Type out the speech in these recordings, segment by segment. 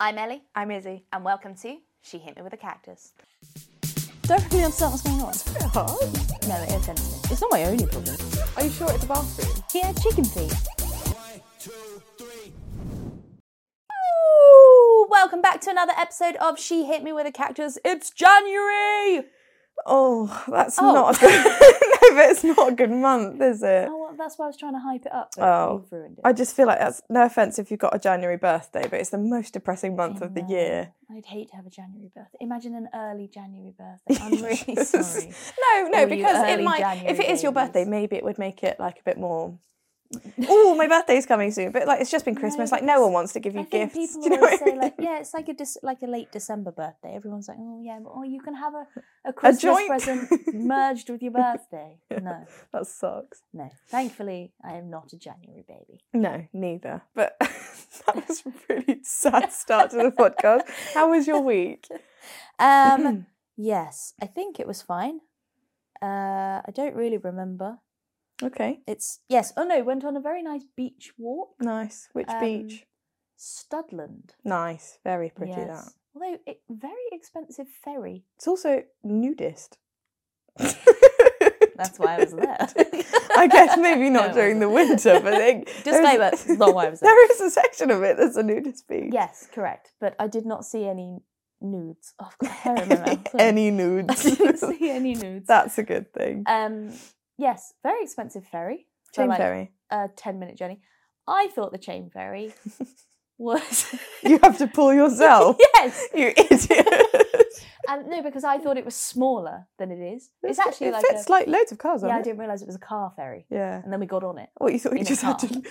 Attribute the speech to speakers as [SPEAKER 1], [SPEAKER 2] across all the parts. [SPEAKER 1] I'm Ellie,
[SPEAKER 2] I'm Izzy.
[SPEAKER 1] and welcome to She Hit Me With a Cactus.
[SPEAKER 3] Don't really understand what's going on. It's pretty hard.
[SPEAKER 1] No, it is sensitive.
[SPEAKER 3] It's not my only problem.
[SPEAKER 2] Are you sure it's a bathroom?
[SPEAKER 3] He had chicken feet.
[SPEAKER 1] Ooh, welcome back to another episode of She Hit Me With a Cactus. It's January!
[SPEAKER 2] Oh, that's
[SPEAKER 1] Oh.
[SPEAKER 2] not a good. no, but it's not a good month, is it?
[SPEAKER 1] Oh, well, that's why I was trying to hype it up. But
[SPEAKER 2] Oh.
[SPEAKER 1] You've ruined it.
[SPEAKER 2] I just feel like that's no offense if you've got a January birthday, but it's the most depressing month of the
[SPEAKER 1] know.
[SPEAKER 2] year.
[SPEAKER 1] I'd hate to have a January birthday. Imagine an early January birthday. I'm really sorry.
[SPEAKER 2] No, no,
[SPEAKER 1] All you
[SPEAKER 2] because it
[SPEAKER 1] early
[SPEAKER 2] might. if it
[SPEAKER 1] January
[SPEAKER 2] is your
[SPEAKER 1] babies.
[SPEAKER 2] birthday, maybe it would make it like a bit more. oh, my birthday's coming soon, but like it's just been Christmas. like no
[SPEAKER 1] because
[SPEAKER 2] one wants to give you
[SPEAKER 1] I think
[SPEAKER 2] gifts.
[SPEAKER 1] people
[SPEAKER 2] do you know
[SPEAKER 1] always
[SPEAKER 2] what I
[SPEAKER 1] say like,
[SPEAKER 2] mean?
[SPEAKER 1] yeah, it's like a dis- like a late December birthday. Everyone's like, oh yeah, but, oh you can have a a Christmas
[SPEAKER 2] joint.
[SPEAKER 1] present merged with your birthday. No,
[SPEAKER 2] that sucks.
[SPEAKER 1] no. Thankfully, I am not a January baby.
[SPEAKER 2] No, neither. But that was a really sad start to the podcast. How was your week?
[SPEAKER 1] Um, yes, I think it was fine. Uh, I don't really remember.
[SPEAKER 2] Okay,
[SPEAKER 1] It's yes. Oh no, went on a very nice beach walk,
[SPEAKER 2] nice. Which
[SPEAKER 1] Um,
[SPEAKER 2] beach?
[SPEAKER 1] Studland.
[SPEAKER 2] Nice. Very pretty that.
[SPEAKER 1] Yes. Although it very expensive ferry.
[SPEAKER 2] It's also nudist.
[SPEAKER 1] That's why I was there.
[SPEAKER 2] I guess maybe not
[SPEAKER 1] No, I
[SPEAKER 2] during the
[SPEAKER 1] wasn't.
[SPEAKER 2] winter, but they,
[SPEAKER 1] Disclaimer,
[SPEAKER 2] there's-
[SPEAKER 1] not why I was there.
[SPEAKER 2] There is a section of it that's a nudist beach.
[SPEAKER 1] Yes, correct. But I did not see any nudes. Oh, I've got hair in my mouth. Sorry.
[SPEAKER 2] Any
[SPEAKER 1] I
[SPEAKER 2] nudes.
[SPEAKER 1] didn't see any nudes.
[SPEAKER 2] that's a good thing.
[SPEAKER 1] Um, yes, very expensive ferry.
[SPEAKER 2] Chain
[SPEAKER 1] like-
[SPEAKER 2] ferry.
[SPEAKER 1] A ten-minute journey. I thought the chain ferry was
[SPEAKER 2] You have to pull yourself.
[SPEAKER 1] yes,
[SPEAKER 2] You idiot.
[SPEAKER 1] and no, because I thought it was smaller than it is. It's
[SPEAKER 2] It
[SPEAKER 1] actually like
[SPEAKER 2] fits
[SPEAKER 1] a,
[SPEAKER 2] like loads of cars on
[SPEAKER 1] yeah. I
[SPEAKER 2] it.
[SPEAKER 1] didn't realize it was a car ferry,
[SPEAKER 2] Yeah.
[SPEAKER 1] and then we got on it.
[SPEAKER 2] What you thought you
[SPEAKER 1] in a
[SPEAKER 2] just had
[SPEAKER 1] car.
[SPEAKER 2] to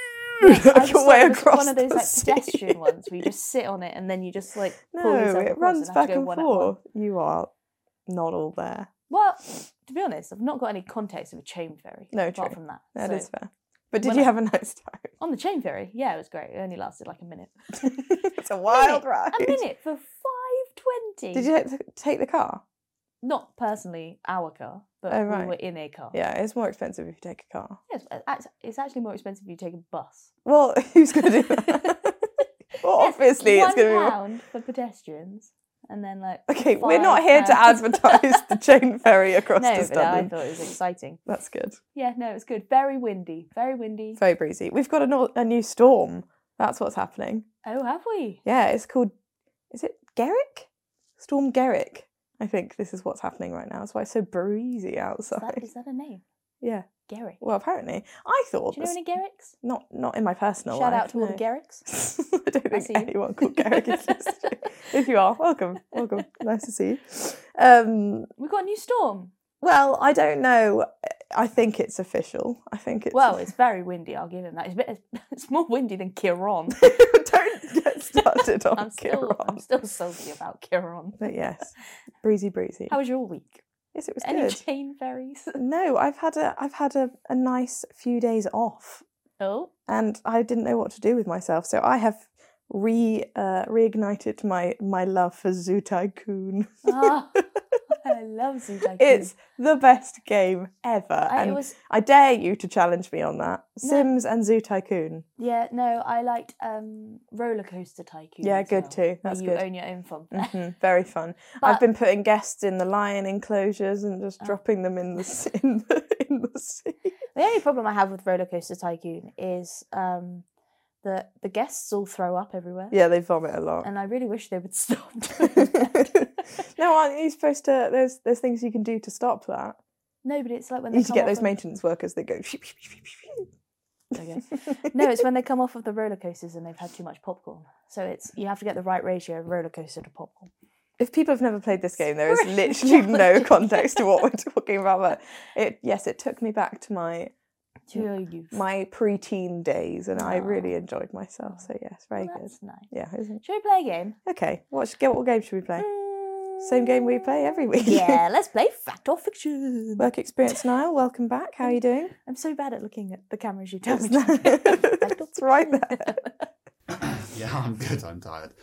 [SPEAKER 1] I
[SPEAKER 2] work
[SPEAKER 1] just
[SPEAKER 2] your
[SPEAKER 1] thought
[SPEAKER 2] way
[SPEAKER 1] it was
[SPEAKER 2] across
[SPEAKER 1] one of those
[SPEAKER 2] the
[SPEAKER 1] like
[SPEAKER 2] sea.
[SPEAKER 1] pedestrian ones where you just sit on it and then you just like pull
[SPEAKER 2] No,
[SPEAKER 1] yourself
[SPEAKER 2] it
[SPEAKER 1] across
[SPEAKER 2] runs
[SPEAKER 1] and have
[SPEAKER 2] back
[SPEAKER 1] to go
[SPEAKER 2] and
[SPEAKER 1] one at one.
[SPEAKER 2] forth. You are not all there.
[SPEAKER 1] Well, to be honest, I've not got any context of a chain ferry.
[SPEAKER 2] No,
[SPEAKER 1] apart
[SPEAKER 2] true.
[SPEAKER 1] from that.
[SPEAKER 2] That
[SPEAKER 1] So,
[SPEAKER 2] is fair. But did
[SPEAKER 1] when
[SPEAKER 2] you
[SPEAKER 1] I-
[SPEAKER 2] have a nice time?
[SPEAKER 1] on the chain ferry, yeah, it was great. It only lasted like a minute.
[SPEAKER 2] it's a
[SPEAKER 1] Minute.
[SPEAKER 2] wild ride.
[SPEAKER 1] A minute for five twenty.
[SPEAKER 2] Did you take the, take the car?
[SPEAKER 1] Not personally our car, but
[SPEAKER 2] Oh,
[SPEAKER 1] we
[SPEAKER 2] right.
[SPEAKER 1] were in a car.
[SPEAKER 2] Yeah, it's more expensive if you take a car.
[SPEAKER 1] Yes, it's- it's actually more expensive if you take a bus.
[SPEAKER 2] Well, who's going to do that? well,
[SPEAKER 1] Yes,
[SPEAKER 2] obviously, it's
[SPEAKER 1] one
[SPEAKER 2] going to be. more-
[SPEAKER 1] pound for pedestrians, and then like
[SPEAKER 2] Okay, we we're not
[SPEAKER 1] five
[SPEAKER 2] here to
[SPEAKER 1] pounds.
[SPEAKER 2] advertise the chain ferry across
[SPEAKER 1] no,
[SPEAKER 2] to
[SPEAKER 1] but I
[SPEAKER 2] Studland.
[SPEAKER 1] thought it was exciting.
[SPEAKER 2] That's good.
[SPEAKER 1] Yeah, no, it was good. Very windy, very windy.
[SPEAKER 2] Very breezy. We've got a, nor- a new storm. That's what's happening.
[SPEAKER 1] Oh, have we?
[SPEAKER 2] Yeah, it's called. Is it Gerrick? Storm Gerrick. I think this is what's happening right now. That's why it's so breezy
[SPEAKER 1] Is that,
[SPEAKER 2] outside.
[SPEAKER 1] is that a name?
[SPEAKER 2] Yeah.
[SPEAKER 1] Garrick.
[SPEAKER 2] Well, apparently, I
[SPEAKER 1] Do
[SPEAKER 2] thought
[SPEAKER 1] you know
[SPEAKER 2] this-
[SPEAKER 1] any Garricks?
[SPEAKER 2] not not in my personal
[SPEAKER 1] Shout
[SPEAKER 2] life.
[SPEAKER 1] out to all the
[SPEAKER 2] no.
[SPEAKER 1] Garricks.
[SPEAKER 2] I don't
[SPEAKER 1] I
[SPEAKER 2] think
[SPEAKER 1] see you.
[SPEAKER 2] anyone called Garrick exists. if you are, welcome, welcome. Nice to see you. Um,
[SPEAKER 1] We've got a new storm.
[SPEAKER 2] well, I don't know. I think it's official. I think it's
[SPEAKER 1] Well, it's very windy. I'll give him that. It's, a bit, it's more windy than Kiron.
[SPEAKER 2] don't get started on
[SPEAKER 1] I'm still, I'm
[SPEAKER 2] Kiron.
[SPEAKER 1] still salty about Kiron.
[SPEAKER 2] But yes, breezy, breezy.
[SPEAKER 1] How was your week?
[SPEAKER 2] yes, it was
[SPEAKER 1] Any
[SPEAKER 2] good.
[SPEAKER 1] chain ferries?
[SPEAKER 2] No, I've had a I've had a, a nice few days off,
[SPEAKER 1] Oh,
[SPEAKER 2] and I didn't know what to do with myself, so I have re uh, reignited my my love for Zoo Tycoon.
[SPEAKER 1] Ah, I love Zoo Tycoon.
[SPEAKER 2] It's the best game ever,
[SPEAKER 1] I,
[SPEAKER 2] and
[SPEAKER 1] it was
[SPEAKER 2] I dare you to challenge me on that. Sims and Zoo Tycoon.
[SPEAKER 1] yeah. No, I liked um, Roller Coaster Tycoon.
[SPEAKER 2] yeah,
[SPEAKER 1] as
[SPEAKER 2] good
[SPEAKER 1] well,
[SPEAKER 2] too.
[SPEAKER 1] where
[SPEAKER 2] That's
[SPEAKER 1] you
[SPEAKER 2] good.
[SPEAKER 1] own your own fun.
[SPEAKER 2] Mhm, very fun. I've
[SPEAKER 1] But-
[SPEAKER 2] been putting guests in the lion enclosures and just
[SPEAKER 1] Oh.
[SPEAKER 2] dropping them in the s- in the in the sea.
[SPEAKER 1] The only problem I have with Roller Coaster Tycoon is um, that the guests all throw up everywhere,
[SPEAKER 2] Yeah, they vomit a lot.
[SPEAKER 1] and I really wish they would stop. doing that.
[SPEAKER 2] no, aren't you supposed to? There's there's things you can do to stop that.
[SPEAKER 1] no, but it's like when they
[SPEAKER 2] You need to
[SPEAKER 1] come
[SPEAKER 2] get
[SPEAKER 1] off
[SPEAKER 2] those
[SPEAKER 1] of-
[SPEAKER 2] maintenance workers that go.
[SPEAKER 1] Okay. No, it's when they come off of the roller coasters and they've had too much popcorn. So it's you have to get the right ratio of roller coaster to popcorn.
[SPEAKER 2] If people have never played this game, there is
[SPEAKER 1] Really
[SPEAKER 2] literally no
[SPEAKER 1] challenging.
[SPEAKER 2] context to what we're talking about. But it yes, it took me back to my
[SPEAKER 1] To your youth.
[SPEAKER 2] my pre-teen days, and I
[SPEAKER 1] Aw.
[SPEAKER 2] really enjoyed myself. So yes, very
[SPEAKER 1] Well,
[SPEAKER 2] good.
[SPEAKER 1] that's nice.
[SPEAKER 2] Yeah. isn't it?
[SPEAKER 1] Should we play a game? Mm.
[SPEAKER 2] Okay. What sh- what game should we play? Same game we play every week.
[SPEAKER 1] yeah, let's play fact or fiction.
[SPEAKER 2] Work experience, Niall. Welcome back. How are you doing?
[SPEAKER 1] I'm so bad at looking at the cameras you tell me. Fact or
[SPEAKER 2] it's right
[SPEAKER 1] fiction.
[SPEAKER 2] there.
[SPEAKER 4] Yeah, I'm good. I'm tired.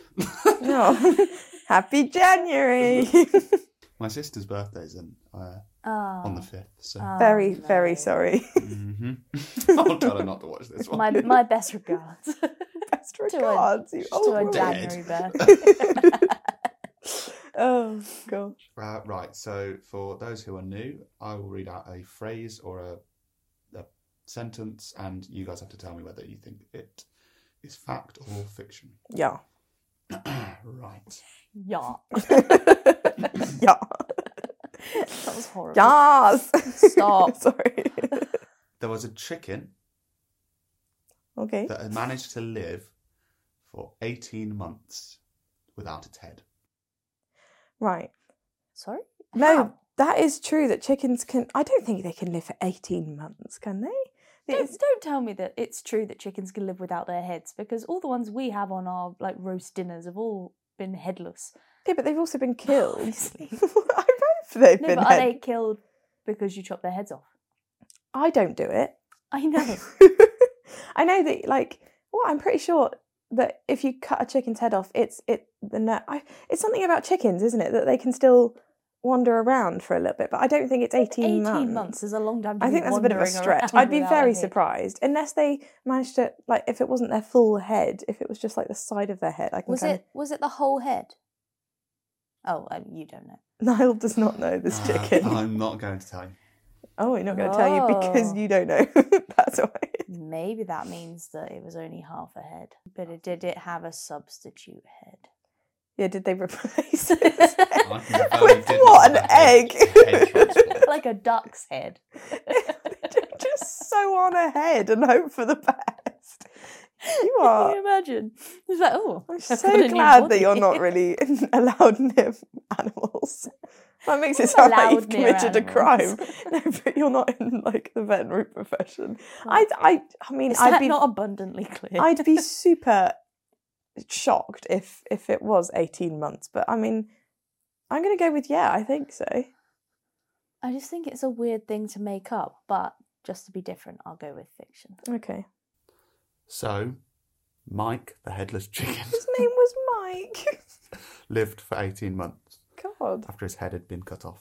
[SPEAKER 2] No. Oh, Happy January. Oh,
[SPEAKER 4] My sister's birthday's in uh,
[SPEAKER 1] Oh,
[SPEAKER 4] on the fifth. So
[SPEAKER 2] very,
[SPEAKER 1] no.
[SPEAKER 2] very sorry.
[SPEAKER 4] Mhm. I'll tell her not to watch this one.
[SPEAKER 1] my my best regards to
[SPEAKER 2] Best
[SPEAKER 1] a-
[SPEAKER 2] regards, you old
[SPEAKER 1] our
[SPEAKER 2] woman.
[SPEAKER 4] dad.
[SPEAKER 1] January birth.
[SPEAKER 2] Oh gosh.
[SPEAKER 4] Uh, right. So for those who are new, I will read out a phrase or a, a sentence, and you guys have to tell me whether you think it is fact or fiction.
[SPEAKER 2] Yeah.
[SPEAKER 4] right.
[SPEAKER 1] Yeah,
[SPEAKER 2] yeah.
[SPEAKER 1] that was horrible.
[SPEAKER 2] Yes.
[SPEAKER 1] Stop.
[SPEAKER 2] sorry.
[SPEAKER 4] There was a chicken
[SPEAKER 2] Okay.
[SPEAKER 4] that had managed to live for 18 months without its head.
[SPEAKER 2] Right.
[SPEAKER 1] Sorry.
[SPEAKER 2] No,
[SPEAKER 1] How?
[SPEAKER 2] that is true that chickens can I don't think they can live for 18 months, can they?
[SPEAKER 1] Don't,
[SPEAKER 2] It's-
[SPEAKER 1] don't tell me that it's true that chickens can live without their heads because all the ones we have on our like roast dinners have all been headless.
[SPEAKER 2] yeah, but they've also been killed.
[SPEAKER 1] Obviously.
[SPEAKER 2] I hope they've
[SPEAKER 1] No,
[SPEAKER 2] been
[SPEAKER 1] but are
[SPEAKER 2] head-
[SPEAKER 1] they killed because you chop their heads off?
[SPEAKER 2] I don't do it.
[SPEAKER 1] I know.
[SPEAKER 2] I know that, like, well, I'm pretty sure that if you cut a chicken's head off, it's it the ner- I, it's something about chickens, isn't it? That they can still wander around for a little bit, but I don't think it's 18,
[SPEAKER 1] 18
[SPEAKER 2] months.
[SPEAKER 1] months is a long time to
[SPEAKER 2] I
[SPEAKER 1] be
[SPEAKER 2] think that's a bit of a
[SPEAKER 1] wandering
[SPEAKER 2] stretch.
[SPEAKER 1] around
[SPEAKER 2] I'd be
[SPEAKER 1] without
[SPEAKER 2] very
[SPEAKER 1] a head.
[SPEAKER 2] surprised unless they managed to like if it wasn't their full head, if it was just like the side of their head. I can
[SPEAKER 1] Was
[SPEAKER 2] kind
[SPEAKER 1] it was it the whole head? Oh, um, you don't know.
[SPEAKER 2] of Niall does not know this
[SPEAKER 4] Uh,
[SPEAKER 2] chicken.
[SPEAKER 4] I'm not going to tell you.
[SPEAKER 2] oh, I'm not going to tell you because
[SPEAKER 1] Oh.
[SPEAKER 2] you don't know. that's why.
[SPEAKER 1] Maybe that means that it was only half a head, but it, did it have a substitute head?
[SPEAKER 2] Yeah, did they replace it?
[SPEAKER 4] I can confirm
[SPEAKER 2] With
[SPEAKER 4] it didn't
[SPEAKER 2] what, an
[SPEAKER 4] have
[SPEAKER 2] egg?
[SPEAKER 4] a head transplant.
[SPEAKER 1] like a duck's head.
[SPEAKER 2] just so on ahead and hope for the best. You
[SPEAKER 1] Can
[SPEAKER 2] are.
[SPEAKER 1] you imagine? It's like, oh,
[SPEAKER 2] I'm
[SPEAKER 1] I've got a
[SPEAKER 2] so
[SPEAKER 1] new
[SPEAKER 2] glad that you're
[SPEAKER 1] body.
[SPEAKER 2] not really allowed near animals. That makes it sound like
[SPEAKER 1] Allowed
[SPEAKER 2] you've
[SPEAKER 1] near
[SPEAKER 2] committed a crime.
[SPEAKER 1] animals.
[SPEAKER 2] No, but you're not in like the veterinary profession. I, I, I mean,
[SPEAKER 1] Is
[SPEAKER 2] I'd
[SPEAKER 1] that
[SPEAKER 2] be,
[SPEAKER 1] not abundantly clear?
[SPEAKER 2] I'd be super shocked if if it was 18 months. But I mean, I'm gonna go with yeah. I think so.
[SPEAKER 1] I just think it's a weird thing to make up, but just to be different, I'll go with fiction.
[SPEAKER 2] Okay.
[SPEAKER 4] So, Mike, the headless chicken,
[SPEAKER 2] His name was Mike.
[SPEAKER 4] lived for 18 months
[SPEAKER 2] God.
[SPEAKER 4] after his head had been cut off,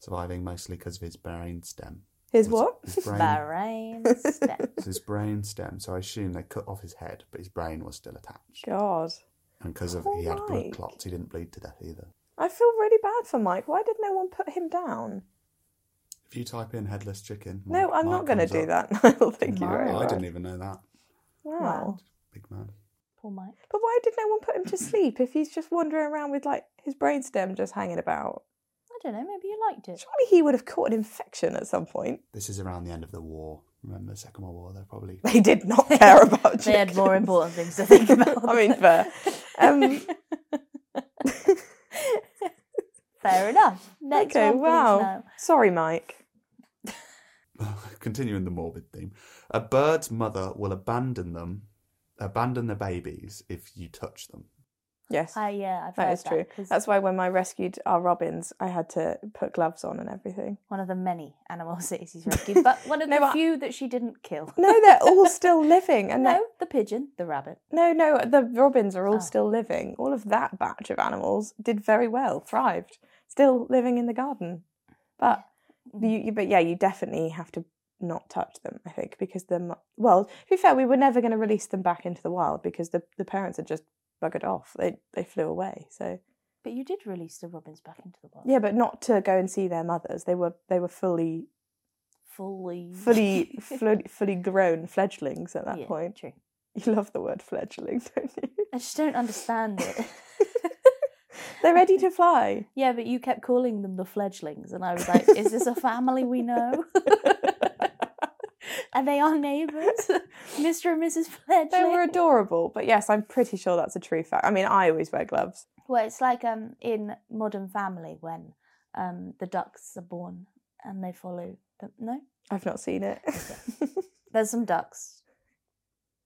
[SPEAKER 4] surviving mostly because of his brain stem.
[SPEAKER 2] His
[SPEAKER 4] His-
[SPEAKER 2] what?
[SPEAKER 4] His brain,
[SPEAKER 1] Bahrain step.
[SPEAKER 4] it's his brain stem. So I assume they cut off his head, but his brain was still attached.
[SPEAKER 2] God.
[SPEAKER 4] And because of
[SPEAKER 2] Poor
[SPEAKER 4] he had blood
[SPEAKER 2] Oh, Mike.
[SPEAKER 4] clots, he didn't bleed to death either.
[SPEAKER 2] I feel really bad for Mike. Why did no one put him down?
[SPEAKER 4] If you type in headless chicken,
[SPEAKER 2] no,
[SPEAKER 4] Mike-
[SPEAKER 2] I'm not
[SPEAKER 4] Mike
[SPEAKER 2] going to
[SPEAKER 4] comes
[SPEAKER 2] do
[SPEAKER 4] up. Oh,
[SPEAKER 2] that. Niall. Thank you
[SPEAKER 1] Mike.
[SPEAKER 2] very
[SPEAKER 4] I
[SPEAKER 2] much.
[SPEAKER 4] didn't e- even know that.
[SPEAKER 2] Wow.
[SPEAKER 1] Wow.
[SPEAKER 4] Big man.
[SPEAKER 1] Poor Mike.
[SPEAKER 2] But why did no one put him to sleep if he's just wandering around with like his brainstem just hanging about?
[SPEAKER 1] I don't know, maybe you liked it.
[SPEAKER 2] Surely he would have caught an infection at some point.
[SPEAKER 4] This is around the end of the war. Remember the Second World War? They're probably
[SPEAKER 2] They did not care about.
[SPEAKER 1] They had more
[SPEAKER 2] chickens.
[SPEAKER 1] important things to think about.
[SPEAKER 2] I mean, fair. Um,
[SPEAKER 1] Fair enough. Next
[SPEAKER 2] okay,
[SPEAKER 1] one, please,
[SPEAKER 2] wow.
[SPEAKER 1] now.
[SPEAKER 2] Sorry, Mike.
[SPEAKER 4] continuing the morbid theme. A bird's mother will abandon them, abandon the babies if you touch them.
[SPEAKER 2] Yes,
[SPEAKER 1] I, yeah, I've
[SPEAKER 2] that
[SPEAKER 1] heard
[SPEAKER 2] is true.
[SPEAKER 1] 'cause
[SPEAKER 2] That's why when I rescued our robins, I had to put gloves on and everything.
[SPEAKER 1] one of the many animal cities she's rescued, but one of
[SPEAKER 2] No,
[SPEAKER 1] the
[SPEAKER 2] but-
[SPEAKER 1] few that she didn't kill.
[SPEAKER 2] No, they're all still living, and they're
[SPEAKER 1] No, the pigeon, the rabbit.
[SPEAKER 2] No, no, the robins are all
[SPEAKER 1] Oh.
[SPEAKER 2] still living. All of that batch of animals did very well, thrived, still living in the garden. But you, you, but yeah, you definitely have to not touch them, I think, because the mu- well, to be fair, we were never going to release them back into the wild because the the parents had just buggered off. They they flew away. So
[SPEAKER 1] But you did release the robins back into the world.
[SPEAKER 2] yeah, but not to go and see their mothers. They were they were fully
[SPEAKER 1] Fully.
[SPEAKER 2] fully fully, fully grown fledglings at that
[SPEAKER 1] Yeah,
[SPEAKER 2] point.
[SPEAKER 1] True.
[SPEAKER 2] You love the word fledgling, don't you?
[SPEAKER 1] I just don't understand it.
[SPEAKER 2] They're ready to fly.
[SPEAKER 1] yeah, but you kept calling them the fledglings, and I was like, is this a family we know? Are they our neighbours? Mr. and Mrs. Fledgling?
[SPEAKER 2] They were adorable, but yes, I'm pretty sure that's a true fact. I mean, I always wear gloves.
[SPEAKER 1] Well, it's like um in Modern Family when um the ducks are born and they follow them. No,
[SPEAKER 2] I've not seen it.
[SPEAKER 1] there's some ducks.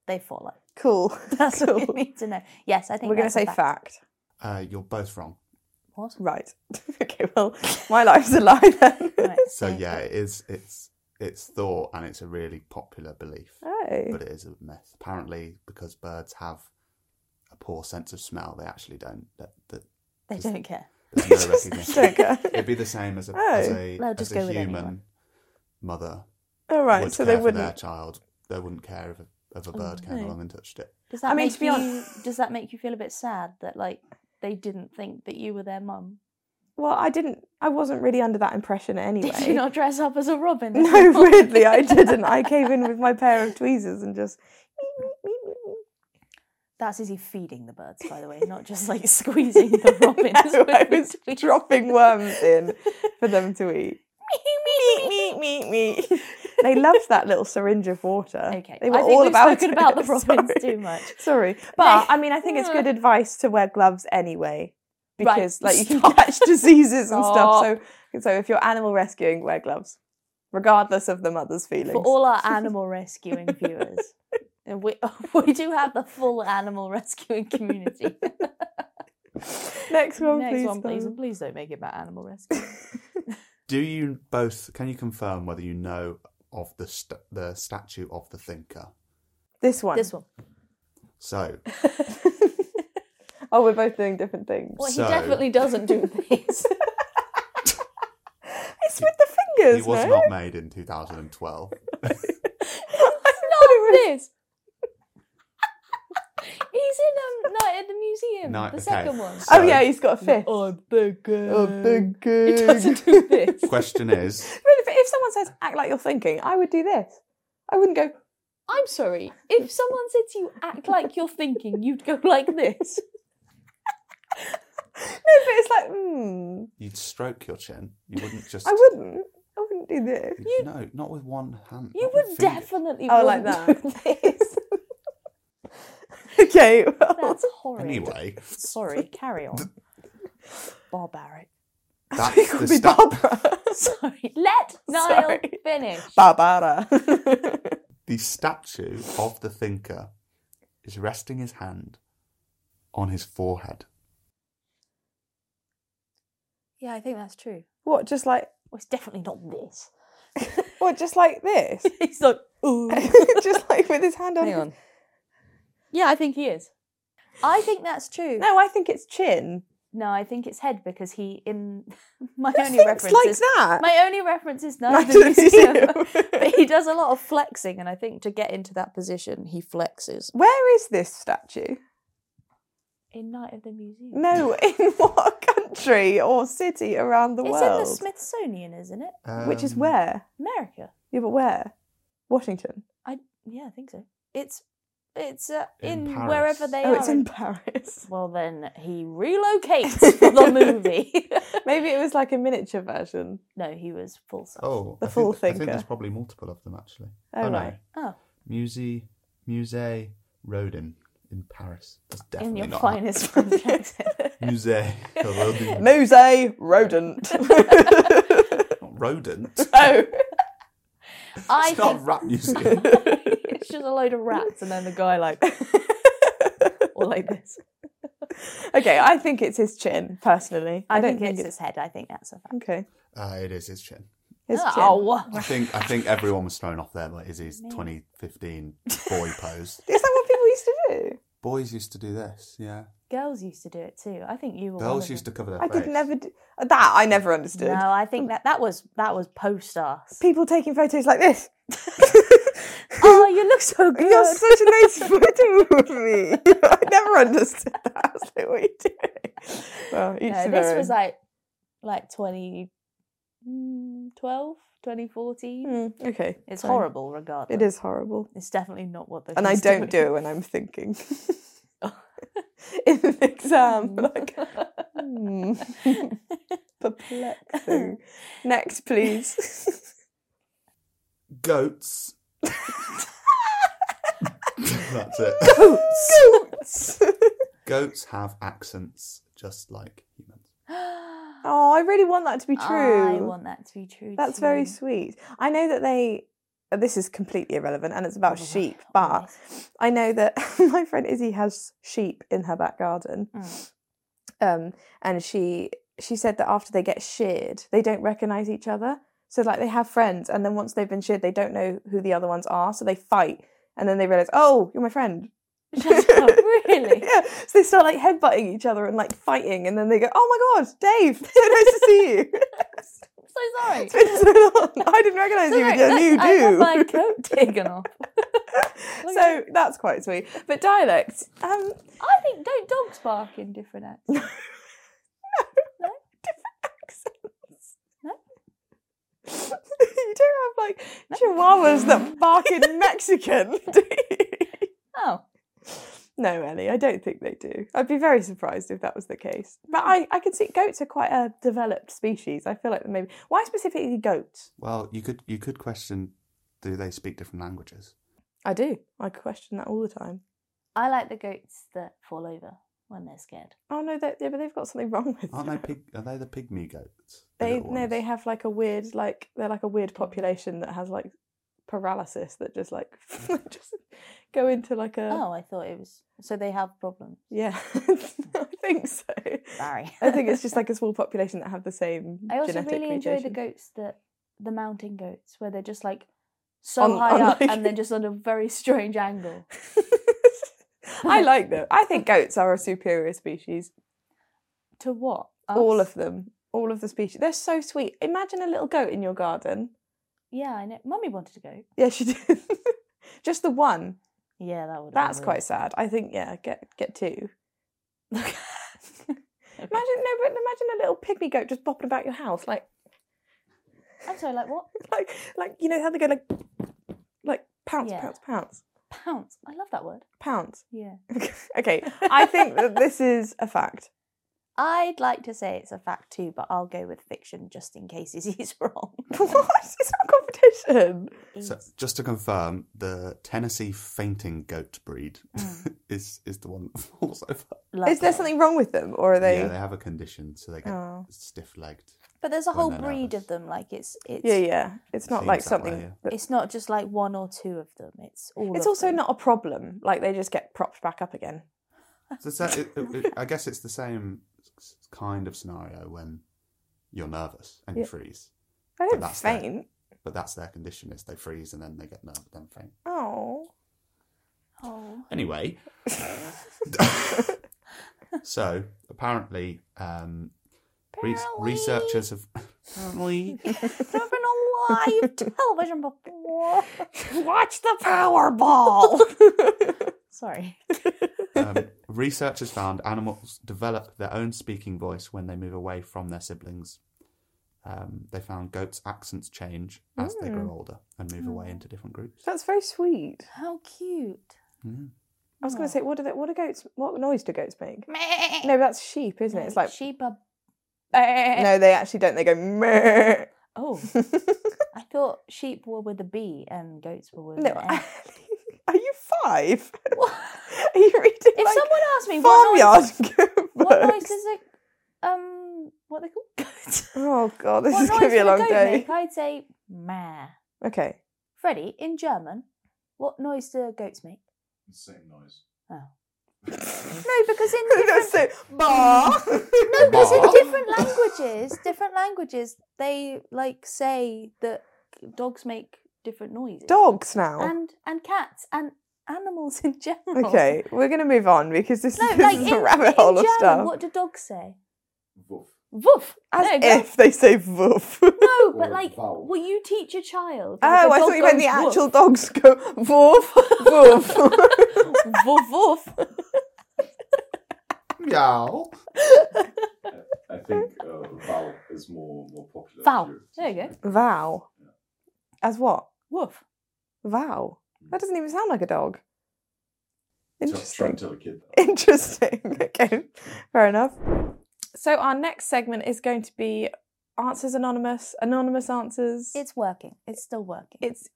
[SPEAKER 1] They follow.
[SPEAKER 2] cool.
[SPEAKER 1] That's
[SPEAKER 2] cool.
[SPEAKER 1] all you need to know. Yes, I think
[SPEAKER 2] We're going to
[SPEAKER 1] that's a
[SPEAKER 2] say fact.
[SPEAKER 4] Uh, you're both wrong.
[SPEAKER 1] What?
[SPEAKER 2] Right. okay, well, my life's a lie then.
[SPEAKER 1] Right,
[SPEAKER 4] So yeah, it is. It's it's thought, and it's a really popular belief,
[SPEAKER 2] Oh.
[SPEAKER 4] but it is a myth. Apparently, because birds have a poor sense of smell, they actually don't. That, that
[SPEAKER 1] they don't care.
[SPEAKER 4] There's no recognition.
[SPEAKER 2] Don't go.
[SPEAKER 4] It'd be the same as a, as
[SPEAKER 2] Oh.
[SPEAKER 4] a,
[SPEAKER 1] They'll just
[SPEAKER 4] as a
[SPEAKER 1] go with
[SPEAKER 4] human
[SPEAKER 1] anyone.
[SPEAKER 4] mother
[SPEAKER 2] All right,
[SPEAKER 4] would
[SPEAKER 2] so
[SPEAKER 4] care
[SPEAKER 2] they
[SPEAKER 4] for their
[SPEAKER 2] wouldn't. Oh,
[SPEAKER 4] child. They wouldn't care if a, if a bird came
[SPEAKER 2] no.
[SPEAKER 4] along and touched it.
[SPEAKER 1] Does that
[SPEAKER 2] I mean,
[SPEAKER 1] make
[SPEAKER 2] to be
[SPEAKER 1] you?
[SPEAKER 2] honest-
[SPEAKER 1] Does that make you feel a bit sad that like they didn't think that you were their mum?
[SPEAKER 2] Well, I didn't. I wasn't really under that impression anyway.
[SPEAKER 1] Did you not dress up as a robin?
[SPEAKER 2] No, weirdly, I didn't. I came in with my pair of tweezers and just.
[SPEAKER 1] That's easy feeding the birds, by the way, not just like squeezing the robins.
[SPEAKER 2] No, I
[SPEAKER 1] with
[SPEAKER 2] was
[SPEAKER 1] tweezers.
[SPEAKER 2] dropping worms in for them to eat. Meet, meet, meet, meet. They loved that little syringe of water.
[SPEAKER 1] Okay,
[SPEAKER 2] they were
[SPEAKER 1] I think
[SPEAKER 2] all
[SPEAKER 1] we've
[SPEAKER 2] about
[SPEAKER 1] spoken about the
[SPEAKER 2] it.
[SPEAKER 1] robins
[SPEAKER 2] Sorry.
[SPEAKER 1] too much.
[SPEAKER 2] Sorry, but
[SPEAKER 1] They-
[SPEAKER 2] I mean, I think it's good advice to wear gloves anyway
[SPEAKER 1] Right,
[SPEAKER 2] because, like, you can
[SPEAKER 1] stop.
[SPEAKER 2] catch diseases and
[SPEAKER 1] Stop.
[SPEAKER 2] stuff. So, so if you're animal rescuing, wear gloves, regardless of the mother's feelings.
[SPEAKER 1] For all our animal rescuing viewers, and we we do have the full animal rescuing community.
[SPEAKER 2] Next one,
[SPEAKER 1] Next
[SPEAKER 2] please.
[SPEAKER 1] one, please,
[SPEAKER 2] Simon.
[SPEAKER 1] and please don't make it about animal rescue.
[SPEAKER 4] Do you both? Can you confirm whether you know of the st- the statue of the thinker?
[SPEAKER 2] This one.
[SPEAKER 1] this one.
[SPEAKER 4] So
[SPEAKER 2] Oh, we're both doing different things.
[SPEAKER 1] Well, he
[SPEAKER 4] So-
[SPEAKER 1] definitely doesn't do these.
[SPEAKER 2] It's with the
[SPEAKER 4] he
[SPEAKER 2] fingers,
[SPEAKER 4] was
[SPEAKER 2] no?
[SPEAKER 4] not made in 2012.
[SPEAKER 1] Not this. He's in um, night at the museum.
[SPEAKER 4] Night-
[SPEAKER 1] the
[SPEAKER 4] okay.
[SPEAKER 1] second one.
[SPEAKER 4] So-
[SPEAKER 2] Oh, yeah, he's got a fifth.
[SPEAKER 1] Oh, big.
[SPEAKER 2] Oh, big
[SPEAKER 1] He doesn't do this.
[SPEAKER 4] Question is,
[SPEAKER 2] But if, if someone says, act like you're thinking, I would do this. I wouldn't go,
[SPEAKER 1] I'm sorry. If someone said to you, act like you're thinking, you'd go like this.
[SPEAKER 2] no, but it's like, hmm,
[SPEAKER 4] you'd stroke your chin. You wouldn't just.
[SPEAKER 2] I wouldn't. I wouldn't do this.
[SPEAKER 4] No, not with one hand.
[SPEAKER 1] You
[SPEAKER 4] not with
[SPEAKER 1] would
[SPEAKER 4] fingers.
[SPEAKER 1] definitely.
[SPEAKER 2] Oh, like
[SPEAKER 1] wouldn't do this.
[SPEAKER 2] Okay, well.
[SPEAKER 1] That's horrid.
[SPEAKER 4] Anyway,
[SPEAKER 1] Sorry. Carry on. Barbaric.
[SPEAKER 4] that's the
[SPEAKER 2] be
[SPEAKER 4] sta-
[SPEAKER 2] Barbara.
[SPEAKER 1] Sorry. Let Niall
[SPEAKER 2] Sorry.
[SPEAKER 1] finish.
[SPEAKER 2] Barbara.
[SPEAKER 4] the statue of the thinker is resting his hand on his forehead.
[SPEAKER 1] Yeah, I think that's true.
[SPEAKER 2] what, just like,
[SPEAKER 1] Well, it's definitely not this.
[SPEAKER 2] what, just like this?
[SPEAKER 1] He's like, ooh.
[SPEAKER 2] just like with his hand on.
[SPEAKER 1] Hang on. Yeah, I think he is. I think that's true. No,
[SPEAKER 2] No, I think it's chin.
[SPEAKER 1] I think it's head because he in my
[SPEAKER 2] Who
[SPEAKER 1] only
[SPEAKER 2] thinks
[SPEAKER 1] reference
[SPEAKER 2] like
[SPEAKER 1] is
[SPEAKER 2] that?
[SPEAKER 1] my only reference is
[SPEAKER 2] I
[SPEAKER 1] Night at the
[SPEAKER 2] don't
[SPEAKER 1] museum.
[SPEAKER 2] see you.
[SPEAKER 1] but he does a lot of flexing, and I think to get into that position, he flexes.
[SPEAKER 2] Where is this statue?
[SPEAKER 1] In Night of the Museum.
[SPEAKER 2] No, in what country or city around the
[SPEAKER 1] it's
[SPEAKER 2] world?
[SPEAKER 1] in the Smithsonian, isn't it?
[SPEAKER 2] Which is
[SPEAKER 4] Um,
[SPEAKER 2] where?
[SPEAKER 1] America.
[SPEAKER 2] Yeah, but where? Washington.
[SPEAKER 1] I yeah, I think so. It's it's uh,
[SPEAKER 4] In
[SPEAKER 1] in,
[SPEAKER 4] Paris.
[SPEAKER 1] wherever they
[SPEAKER 2] oh,
[SPEAKER 1] are.
[SPEAKER 2] it's in Paris.
[SPEAKER 1] Well, then he relocates for the movie.
[SPEAKER 2] Maybe it was like a miniature version.
[SPEAKER 1] no, he was full size.
[SPEAKER 4] Oh,
[SPEAKER 2] The
[SPEAKER 4] I
[SPEAKER 2] full
[SPEAKER 4] think, I think
[SPEAKER 2] thinker.
[SPEAKER 4] there's probably multiple of them actually.
[SPEAKER 2] Oh,
[SPEAKER 4] no.
[SPEAKER 2] right.
[SPEAKER 1] Oh.
[SPEAKER 4] Musée Musée Rodin in Paris. That's
[SPEAKER 1] in
[SPEAKER 4] definitely
[SPEAKER 1] your
[SPEAKER 4] not
[SPEAKER 1] finest French accent.
[SPEAKER 4] Musée Rodin.
[SPEAKER 2] Mose rodent.
[SPEAKER 4] not rodent.
[SPEAKER 2] oh,
[SPEAKER 1] I
[SPEAKER 4] It's
[SPEAKER 1] think
[SPEAKER 4] not rap museum.
[SPEAKER 1] it's just a load of rats, and then the guy like or like this.
[SPEAKER 2] okay. I think it's his chin, personally.
[SPEAKER 1] I,
[SPEAKER 2] don't
[SPEAKER 1] think, it's his head. I think that's a fact.
[SPEAKER 2] okay.
[SPEAKER 4] uh, it is his chin.
[SPEAKER 2] His chin.
[SPEAKER 1] Oh,
[SPEAKER 4] I think I think everyone was thrown off there by Izzy's 2015 boy pose.
[SPEAKER 2] Is that what people used to do?
[SPEAKER 4] Boys used to do this, yeah.
[SPEAKER 1] girls used to do it too. I think you were.
[SPEAKER 4] Girls used to cover their
[SPEAKER 2] I
[SPEAKER 4] face.
[SPEAKER 2] could never do that. I never understood.
[SPEAKER 1] No, I think that that was that was post us.
[SPEAKER 2] People taking photos like this.
[SPEAKER 1] oh, you look so good.
[SPEAKER 2] You're such a nice photo of me. I never understood that. I was like, what are you doing? Well, each
[SPEAKER 1] No,
[SPEAKER 2] to
[SPEAKER 1] this
[SPEAKER 2] their
[SPEAKER 1] was
[SPEAKER 2] own.
[SPEAKER 1] like like mm, 2012, 2014.
[SPEAKER 2] Hmm, okay.
[SPEAKER 1] It's
[SPEAKER 2] fine.
[SPEAKER 1] horrible, regardless.
[SPEAKER 2] It is horrible.
[SPEAKER 1] It's definitely not what they.
[SPEAKER 2] And I don't do it when I'm thinking. In the exam.
[SPEAKER 1] Mm.
[SPEAKER 2] Like, hmm. Perplexing. Next, please.
[SPEAKER 4] Goats. That's it.
[SPEAKER 2] Goats.
[SPEAKER 4] Goats have accents just like humans.
[SPEAKER 2] oh, I really want that to be true.
[SPEAKER 1] I want that to be true.
[SPEAKER 2] That's very
[SPEAKER 1] too.
[SPEAKER 2] sweet. I know that they. This is completely irrelevant, and it's about
[SPEAKER 1] Probably,
[SPEAKER 2] oh, sheep. But
[SPEAKER 1] always.
[SPEAKER 2] I know that my friend Izzy has sheep in her back garden,
[SPEAKER 1] Mm.
[SPEAKER 2] um, and she she said that after they get sheared, they don't recognise each other. So like they have friends, and then once they've been sheared, they don't know who the other ones are, so they fight, and then they realise, oh, you're my friend.
[SPEAKER 1] Shut up, really?
[SPEAKER 2] yeah. So they start like headbutting each other and like fighting, and then they go, "Oh my god, Dave! So nice to see you.
[SPEAKER 1] So sorry.
[SPEAKER 2] It's been so long. I didn't recognise you
[SPEAKER 1] Sorry,
[SPEAKER 2] with your
[SPEAKER 1] that-
[SPEAKER 2] new
[SPEAKER 1] I had my
[SPEAKER 2] do."
[SPEAKER 1] coat taken off.
[SPEAKER 2] So that's quite sweet. But dialects, um,
[SPEAKER 1] I think don't dogs bark in different accents.
[SPEAKER 2] you don't have like chihuahuas that bark in Mexican, do you?
[SPEAKER 1] Oh,
[SPEAKER 2] No, Ellie, I don't think they do. I'd be very surprised if that was the case. But I, I can see goats are quite a developed species. I feel like maybe why specifically goats?
[SPEAKER 4] Well, you could you could question do they speak different languages?
[SPEAKER 2] I do. I question that all the time.
[SPEAKER 1] I like the goats that fall over when they're scared.
[SPEAKER 2] Oh no, they, yeah, but they've got something wrong with
[SPEAKER 4] Aren't
[SPEAKER 2] them.
[SPEAKER 4] they pig? Are they the pygmy goats? The
[SPEAKER 2] They
[SPEAKER 4] little
[SPEAKER 2] no,
[SPEAKER 4] ones?
[SPEAKER 2] they have like a weird like they're like a weird population that has like paralysis that just like just go into like a
[SPEAKER 1] Oh, I thought it was. So they have problems.
[SPEAKER 2] yeah. I think so.
[SPEAKER 1] Sorry.
[SPEAKER 2] I think it's just like a small population that have the same.
[SPEAKER 1] I also
[SPEAKER 2] genetic
[SPEAKER 1] really enjoy the
[SPEAKER 2] mutation.
[SPEAKER 1] goats that the mountain goats, where they're just like so
[SPEAKER 2] On-
[SPEAKER 1] high
[SPEAKER 2] on,
[SPEAKER 1] up
[SPEAKER 2] like-
[SPEAKER 1] and then just on a very strange angle.
[SPEAKER 2] I like them. I think goats are a superior species.
[SPEAKER 1] To what?
[SPEAKER 2] All
[SPEAKER 1] Us?
[SPEAKER 2] of them. All of the species. They're so sweet. Imagine a little goat in your garden.
[SPEAKER 1] Yeah, I know. Mummy wanted to go.
[SPEAKER 2] Yeah, she did. Just the one.
[SPEAKER 1] Yeah, that would.
[SPEAKER 2] That's quite sad. I think yeah, get get two.
[SPEAKER 1] quite.
[SPEAKER 2] Imagine no, but imagine a little pygmy goat just bopping about your house like
[SPEAKER 1] I'm sorry. Like what?
[SPEAKER 2] like like you know how they go like like pounce
[SPEAKER 1] Yeah.
[SPEAKER 2] pounce pounce
[SPEAKER 1] Pounce. I love that word.
[SPEAKER 2] pounce.
[SPEAKER 1] Yeah.
[SPEAKER 2] okay, I think that this is a fact.
[SPEAKER 1] I'd like to say it's a fact too, but I'll go with fiction just in case he's wrong.
[SPEAKER 2] what? It's not a competition.
[SPEAKER 4] So, just to confirm, the Tennessee fainting goat breed
[SPEAKER 2] Hmm.
[SPEAKER 1] Mm.
[SPEAKER 4] is is the one that falls over.
[SPEAKER 2] Is there something wrong with them or are they?
[SPEAKER 4] Yeah, they have a condition, so they get
[SPEAKER 2] Oh.
[SPEAKER 4] stiff legged.
[SPEAKER 1] But there's a
[SPEAKER 4] when
[SPEAKER 1] whole
[SPEAKER 4] that
[SPEAKER 1] breed
[SPEAKER 4] happens.
[SPEAKER 1] of them. Like it's it's
[SPEAKER 2] Yeah, yeah. It's not
[SPEAKER 4] Seems
[SPEAKER 2] like
[SPEAKER 4] that way,
[SPEAKER 2] something.
[SPEAKER 4] yeah.
[SPEAKER 2] that-
[SPEAKER 1] it's not just like one or two of them. It's all.
[SPEAKER 2] It's
[SPEAKER 1] of
[SPEAKER 2] also
[SPEAKER 1] them.
[SPEAKER 2] not a problem. Like they just get propped back up again.
[SPEAKER 4] So it's that- it- it- it- I guess it's the same s- kind of scenario when you're nervous and you
[SPEAKER 2] Yeah.
[SPEAKER 4] freeze,
[SPEAKER 2] I don't
[SPEAKER 4] that's their-
[SPEAKER 2] faint.
[SPEAKER 4] but that's their condition is they freeze and then they get nervous then faint.
[SPEAKER 2] Oh,
[SPEAKER 1] Oh.
[SPEAKER 4] Anyway, so apparently, um, re- researchers have apparently
[SPEAKER 1] Never been on live television before.
[SPEAKER 2] watch the Powerball.
[SPEAKER 1] Sorry.
[SPEAKER 4] um, researchers found animals develop their own speaking voice when they move away from their siblings. Um, they found goats' accents change as they grow older and move away into different groups.
[SPEAKER 2] That's very sweet.
[SPEAKER 1] How cute.
[SPEAKER 4] Yeah.
[SPEAKER 2] I
[SPEAKER 1] Oh.
[SPEAKER 2] was going to say, what do they, what do goats? What noise do goats make? No, that's sheep, isn't it? It's like
[SPEAKER 1] sheep are.
[SPEAKER 2] no, they actually don't. They go. Meh.
[SPEAKER 1] Oh, I thought sheep were with a B and goats were with
[SPEAKER 2] No,
[SPEAKER 1] an F.
[SPEAKER 2] are you five?
[SPEAKER 1] What?
[SPEAKER 2] Are you reading?
[SPEAKER 1] If
[SPEAKER 2] like,
[SPEAKER 1] someone asked me what noise,
[SPEAKER 2] farmyard
[SPEAKER 1] what noise
[SPEAKER 2] books?
[SPEAKER 1] does a um what they call goat?
[SPEAKER 2] Oh god, this
[SPEAKER 1] what
[SPEAKER 2] is going to
[SPEAKER 1] noise
[SPEAKER 2] be a
[SPEAKER 1] would
[SPEAKER 2] long
[SPEAKER 1] goat
[SPEAKER 2] day.
[SPEAKER 1] Make? I'd say meh.
[SPEAKER 2] Okay.
[SPEAKER 1] Freddie, in German, what noise do goats make? Oh.
[SPEAKER 5] Same noise.
[SPEAKER 1] No, because in different,
[SPEAKER 2] That's it. Bah.
[SPEAKER 1] no, because in
[SPEAKER 4] Bah.
[SPEAKER 1] different languages, different languages, they like say that dogs make different noises.
[SPEAKER 2] Dogs now.
[SPEAKER 1] and and cats and animals in general.
[SPEAKER 2] Okay, we're going to move on because this,
[SPEAKER 1] No,
[SPEAKER 2] this
[SPEAKER 1] like
[SPEAKER 2] is
[SPEAKER 1] in-
[SPEAKER 2] a rabbit
[SPEAKER 1] in
[SPEAKER 2] hole of
[SPEAKER 1] German,
[SPEAKER 2] stuff.
[SPEAKER 1] What do dogs say?
[SPEAKER 5] Woof.
[SPEAKER 1] Woof.
[SPEAKER 2] As
[SPEAKER 1] no, goats-
[SPEAKER 2] if they say woof. oh,
[SPEAKER 1] No, but
[SPEAKER 5] Or
[SPEAKER 1] like,
[SPEAKER 5] vowel.
[SPEAKER 1] will you teach a child?
[SPEAKER 2] I
[SPEAKER 1] like, a
[SPEAKER 2] thought
[SPEAKER 1] dog
[SPEAKER 2] you meant the
[SPEAKER 1] goes
[SPEAKER 2] actual dogs go woof, woof.
[SPEAKER 1] woof woof. woof.
[SPEAKER 4] Meow.
[SPEAKER 5] I think uh, vowel is more more popular.
[SPEAKER 1] Vowel.
[SPEAKER 5] here.
[SPEAKER 1] There you go.
[SPEAKER 2] Vow. As what?
[SPEAKER 1] Woof.
[SPEAKER 2] Vow. That doesn't even sound like a dog.
[SPEAKER 5] Tell-
[SPEAKER 2] Interesting.
[SPEAKER 5] Try and tell a kid that.
[SPEAKER 2] Interesting. Okay, fair enough. So our next segment is going to be answers anonymous, anonymous answers.
[SPEAKER 1] It's working. It's still working.
[SPEAKER 2] it's.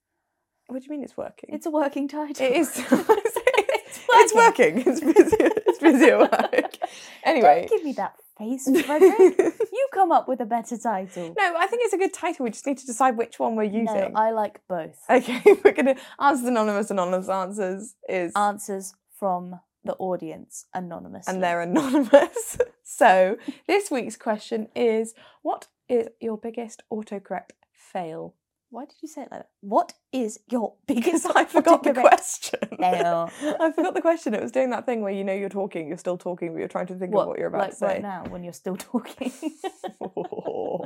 [SPEAKER 2] What do you mean it's working?
[SPEAKER 1] It's a working title.
[SPEAKER 2] It is. it's working. It's physio. It's physio work. Anyway.
[SPEAKER 1] Don't give me that face, Frederick. you come up with a better title.
[SPEAKER 2] no, I think it's a good title. We just need to decide which one we're using.
[SPEAKER 1] I like both.
[SPEAKER 2] Okay, we're gonna answers anonymous. Anonymous answers is
[SPEAKER 1] Answers from the audience anonymously.
[SPEAKER 2] and they're anonymous. so this week's question is: What is your biggest autocorrect fail?
[SPEAKER 1] Why did you say it like that? What is your biggest?
[SPEAKER 2] I forgot the
[SPEAKER 1] predicament?
[SPEAKER 2] question.
[SPEAKER 1] Nail.
[SPEAKER 2] I forgot the question. It was doing that thing where you know you're talking, you're still talking, but you're trying to think of what you're about
[SPEAKER 1] like
[SPEAKER 2] to say.
[SPEAKER 1] right now when you're still talking.
[SPEAKER 2] Oh.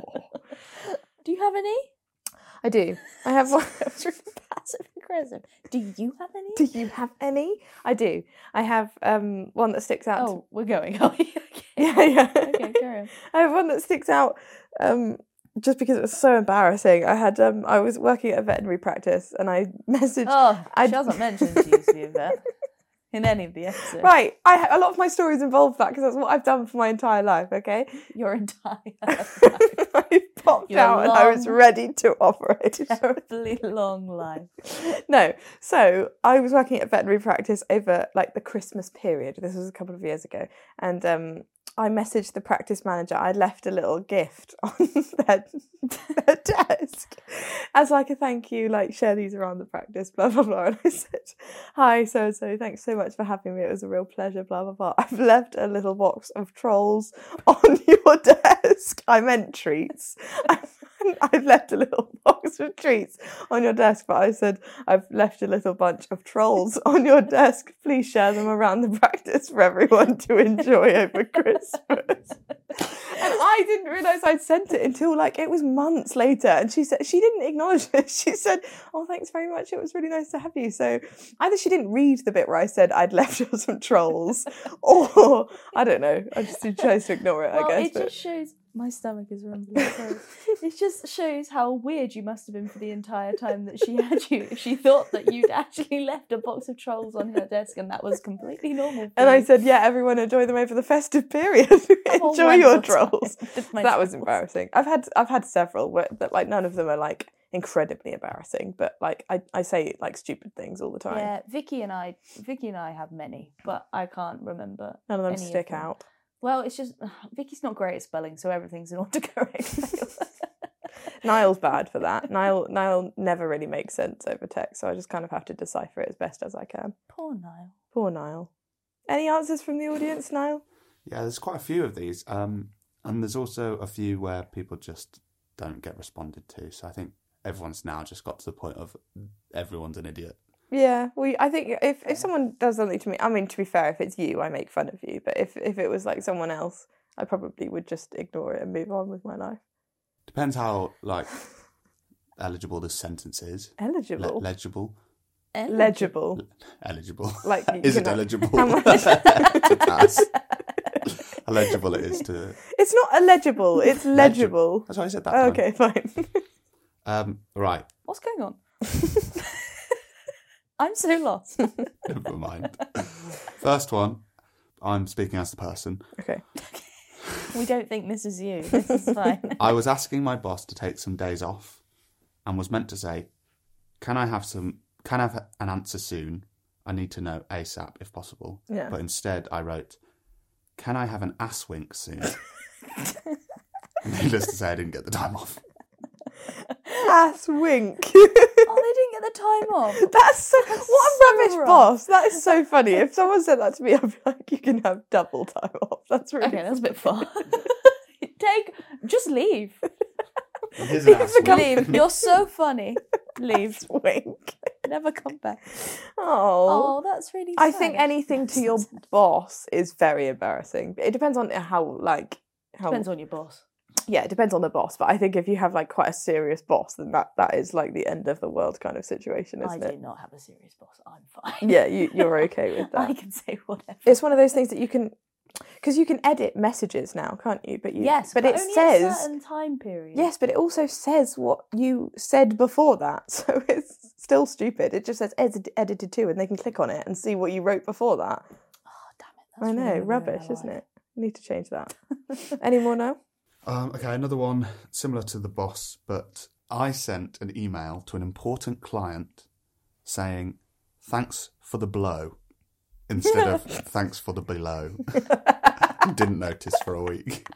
[SPEAKER 1] Do you have any?
[SPEAKER 2] I do. I have one.
[SPEAKER 1] Passive aggressive. Do you have any?
[SPEAKER 2] do you have any? I do. I have um, one that sticks out.
[SPEAKER 1] oh, we're going. Oh, okay.
[SPEAKER 2] Yeah, yeah.
[SPEAKER 1] Okay, carry on.
[SPEAKER 2] I have one that sticks out um, just because it was so embarrassing. I had um, I was working at a veterinary practice and I messaged
[SPEAKER 1] Oh,
[SPEAKER 2] I-
[SPEAKER 1] she hasn't mentioned she used to be a vet in any of the episodes.
[SPEAKER 2] Right, I a lot of my stories involve that because that's what I've done for my entire life. Okay,
[SPEAKER 1] Your entire
[SPEAKER 2] I popped
[SPEAKER 1] Your
[SPEAKER 2] out and I was
[SPEAKER 1] long-
[SPEAKER 2] ready to operate.
[SPEAKER 1] terribly long life.
[SPEAKER 2] no, so I was working at veterinary practice over like the Christmas period. This was a couple of years ago, and um, I messaged the practice manager. I left a little gift on their, their desk as like a thank you, like share these around the practice, blah blah blah. And I said, "Hi, so and so, thanks so much for having me. It was a real pleasure, blah blah blah. I've left a little box of trolls on your desk. I meant treats. I- I've left a little box of treats on your desk, but I said I've left a little bunch of trolls on your desk. Please share them around the practice for everyone to enjoy over Christmas. and I didn't realise I'd sent it until like it was months later. And she said she didn't acknowledge it. She said, Oh, thanks very much. It was really nice to have you. So either she didn't read the bit where I said I'd left her some trolls, or I don't know. I just chose to ignore it,
[SPEAKER 1] well,
[SPEAKER 2] I guess.
[SPEAKER 1] it
[SPEAKER 2] but-
[SPEAKER 1] just shows my stomach is rumbling. Sorry. it just shows how weird you must have been for the entire time that she had you. If she thought that you'd actually left a box of trolls on her desk and that was completely normal. for
[SPEAKER 2] And I
[SPEAKER 1] you.
[SPEAKER 2] said, "Yeah, everyone enjoy them over the festive period.
[SPEAKER 1] Oh,
[SPEAKER 2] enjoy your
[SPEAKER 1] wonderful.
[SPEAKER 2] trolls."
[SPEAKER 1] With my
[SPEAKER 2] that was
[SPEAKER 1] trolls.
[SPEAKER 2] embarrassing. I've had I've had several, where, that like none of them are like incredibly embarrassing, but like I, I say like stupid things all the time.
[SPEAKER 1] Yeah, Vicky and I, Vicky and I have many, but I can't remember.
[SPEAKER 2] None of them
[SPEAKER 1] Any of
[SPEAKER 2] stick
[SPEAKER 1] them.
[SPEAKER 2] out.
[SPEAKER 1] Well, it's just Vicky's not great at spelling, so everything's in autocorrect.
[SPEAKER 2] Niall's bad for that. Niall Niall never really makes sense over text, so I just kind of have to decipher it as best as I can.
[SPEAKER 1] Poor Niall.
[SPEAKER 2] Poor Niall. Any answers from the audience, Niall?
[SPEAKER 4] Yeah, there's quite a few of these. Um, and there's also a few where people just don't get responded to. So I think everyone's now just got to the point of everyone's an idiot.
[SPEAKER 2] Yeah, we. I think if, if someone does something to me, I mean, to be fair, if it's you, I make fun of you. But if if it was like someone else, I probably would just ignore it and move on with my life.
[SPEAKER 4] Depends how like eligible this sentence is. Le-
[SPEAKER 2] Eligible,
[SPEAKER 4] legible,
[SPEAKER 2] legible.
[SPEAKER 4] eligible.
[SPEAKER 2] Like you
[SPEAKER 4] is it
[SPEAKER 2] cannot-
[SPEAKER 4] eligible
[SPEAKER 2] How much-
[SPEAKER 4] to pass? How legible it is to.
[SPEAKER 2] It's not illegible. It's legible.
[SPEAKER 4] That's why I said that.
[SPEAKER 2] Oh,
[SPEAKER 4] time.
[SPEAKER 2] okay, fine.
[SPEAKER 4] Um, right.
[SPEAKER 1] What's going on? I'm so lost.
[SPEAKER 4] Never mind. First one. I'm speaking as the person.
[SPEAKER 2] okay.
[SPEAKER 1] We don't think this is you. This is fine.
[SPEAKER 4] I was asking my boss to take some days off and was meant to say, Can I have some can I have an answer soon? I need to know ASAP if possible.
[SPEAKER 2] Yeah.
[SPEAKER 4] But instead I wrote, Can I have an ass wink soon? Needless to say I didn't get the time off.
[SPEAKER 2] Ass wink.
[SPEAKER 1] oh, they didn't get the time off.
[SPEAKER 2] That's so. What a
[SPEAKER 1] so
[SPEAKER 2] rubbish
[SPEAKER 1] wrong.
[SPEAKER 2] boss. That is so funny. If someone said that to me, I'd be like, "You can have double time off." That's really.
[SPEAKER 1] Okay, that's a bit far. Take, just leave.
[SPEAKER 4] Here's an ass wink.
[SPEAKER 1] Leave. You're so funny. Leave.
[SPEAKER 2] wink.
[SPEAKER 1] Never come back.
[SPEAKER 2] Oh.
[SPEAKER 1] Oh, that's really.
[SPEAKER 2] I
[SPEAKER 1] sad.
[SPEAKER 2] think anything to your boss is very embarrassing. It depends on how like how
[SPEAKER 1] depends on your boss.
[SPEAKER 2] yeah, it depends on the boss. But I think if you have like quite a serious boss, then that that is like the end of the world kind of situation,
[SPEAKER 1] I
[SPEAKER 2] isn't
[SPEAKER 1] do
[SPEAKER 2] it?
[SPEAKER 1] not have a serious boss. I'm fine.
[SPEAKER 2] Yeah, you, you're okay with
[SPEAKER 1] I
[SPEAKER 2] that.
[SPEAKER 1] can say whatever.
[SPEAKER 2] It's one of those things that you can because you can edit messages now, can't you? But you,
[SPEAKER 1] yes,
[SPEAKER 2] but, it
[SPEAKER 1] only a
[SPEAKER 2] says
[SPEAKER 1] certain time period.
[SPEAKER 2] yes, but it also says what you said before that, so it's still stupid. It just says edit, edited to, and they can click on it and see what you wrote before that.
[SPEAKER 1] Oh, damn it. That's
[SPEAKER 2] I
[SPEAKER 1] really
[SPEAKER 2] know,
[SPEAKER 1] ruining my
[SPEAKER 2] rubbish, isn't
[SPEAKER 1] life.
[SPEAKER 2] it? Need to change that. Any more now?
[SPEAKER 4] Um, okay, another one similar to the boss, but I sent an email to an important client saying, thanks for the blow, instead of thanks for the below. Didn't notice for a week.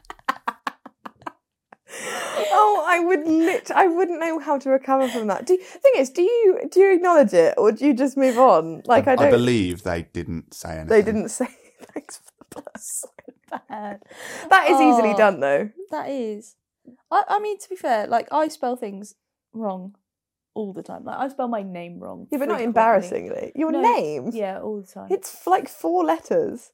[SPEAKER 2] Oh, I would lit. I wouldn't know how to recover from that. Do thing is, do you do you acknowledge it or do you just move on? Like I,
[SPEAKER 4] I,
[SPEAKER 2] don't.
[SPEAKER 4] believe they didn't say anything.
[SPEAKER 2] they didn't say thanks for the plus.
[SPEAKER 1] Bad.
[SPEAKER 2] That is easily
[SPEAKER 1] Oh.
[SPEAKER 2] done though.
[SPEAKER 1] That is. I, I mean, to be fair, like I spell things wrong all the time. Like I spell my name wrong.
[SPEAKER 2] Yeah, but not
[SPEAKER 1] frequently.
[SPEAKER 2] embarrassingly. Your
[SPEAKER 1] No,
[SPEAKER 2] name.
[SPEAKER 1] Yeah, all the time.
[SPEAKER 2] It's f- like four letters.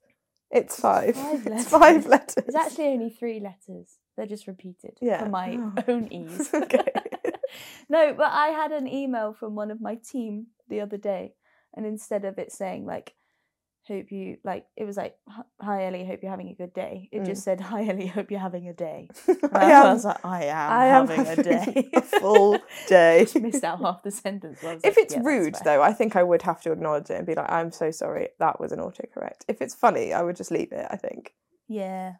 [SPEAKER 2] It's five.
[SPEAKER 1] five
[SPEAKER 2] it's five
[SPEAKER 1] letters.
[SPEAKER 2] letters.
[SPEAKER 1] It's actually only three letters. They're just repeated
[SPEAKER 2] Yeah.
[SPEAKER 1] for my
[SPEAKER 2] Oh.
[SPEAKER 1] own ease.
[SPEAKER 2] Okay.
[SPEAKER 1] no, but I had an email from one of my team the other day, and instead of it saying like, "Hope you like," it was like, "H- "Hi Ellie, hope you're having a good day."
[SPEAKER 2] Mm.
[SPEAKER 1] It just said, "Hi Ellie, hope you're having a day." And
[SPEAKER 2] I
[SPEAKER 1] I,
[SPEAKER 2] am-
[SPEAKER 1] was like, "I am
[SPEAKER 2] I am
[SPEAKER 1] having, a day."
[SPEAKER 2] a full day.
[SPEAKER 1] Just missed out half the sentence. but I was
[SPEAKER 2] If
[SPEAKER 1] like,
[SPEAKER 2] it's
[SPEAKER 1] "Yeah, that's
[SPEAKER 2] rude,
[SPEAKER 1] fair."
[SPEAKER 2] though, I think I would have to acknowledge it and be like, "I'm so sorry, that was an autocorrect." If it's funny, I would just leave it. I think.
[SPEAKER 1] yeah,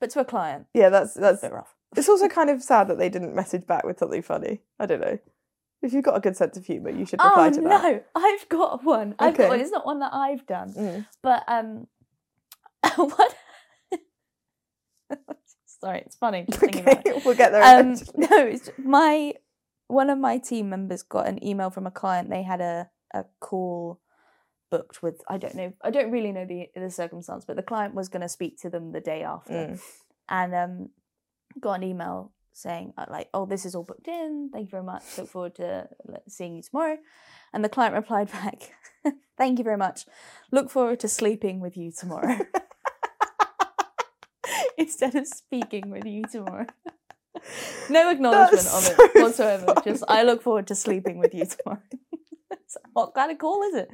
[SPEAKER 1] but to a client,
[SPEAKER 2] Yeah, that's that's.
[SPEAKER 1] it's a bit rough.
[SPEAKER 2] It's also kind of sad that they didn't message back with something funny. I don't know. If you've got a good sense of humour, you should reply
[SPEAKER 1] Oh
[SPEAKER 2] to that.
[SPEAKER 1] no, I've got one. I've
[SPEAKER 2] Okay.
[SPEAKER 1] got one. It's not one that I've done.
[SPEAKER 2] Mm.
[SPEAKER 1] But um, what? Sorry, it's funny. Just thinking about it.
[SPEAKER 2] Okay, we'll get there
[SPEAKER 1] Um,
[SPEAKER 2] eventually.
[SPEAKER 1] no, it's ju- my one of my team members got an email from a client. They had a a call booked with I don't know I don't really know the the circumstance, but the client was going to speak to them the day after,
[SPEAKER 2] Mm.
[SPEAKER 1] and um, got an email saying uh, like, "Oh, this is all booked in. Thank you very much. Look forward to like, seeing you tomorrow." And the client replied back, "Thank you very much. Look forward to sleeping with you tomorrow." Instead of speaking with you tomorrow. No acknowledgement
[SPEAKER 2] That's
[SPEAKER 1] of it
[SPEAKER 2] so
[SPEAKER 1] whatsoever. Just I look forward to sleeping with you tomorrow. It's like, what kind of call is it?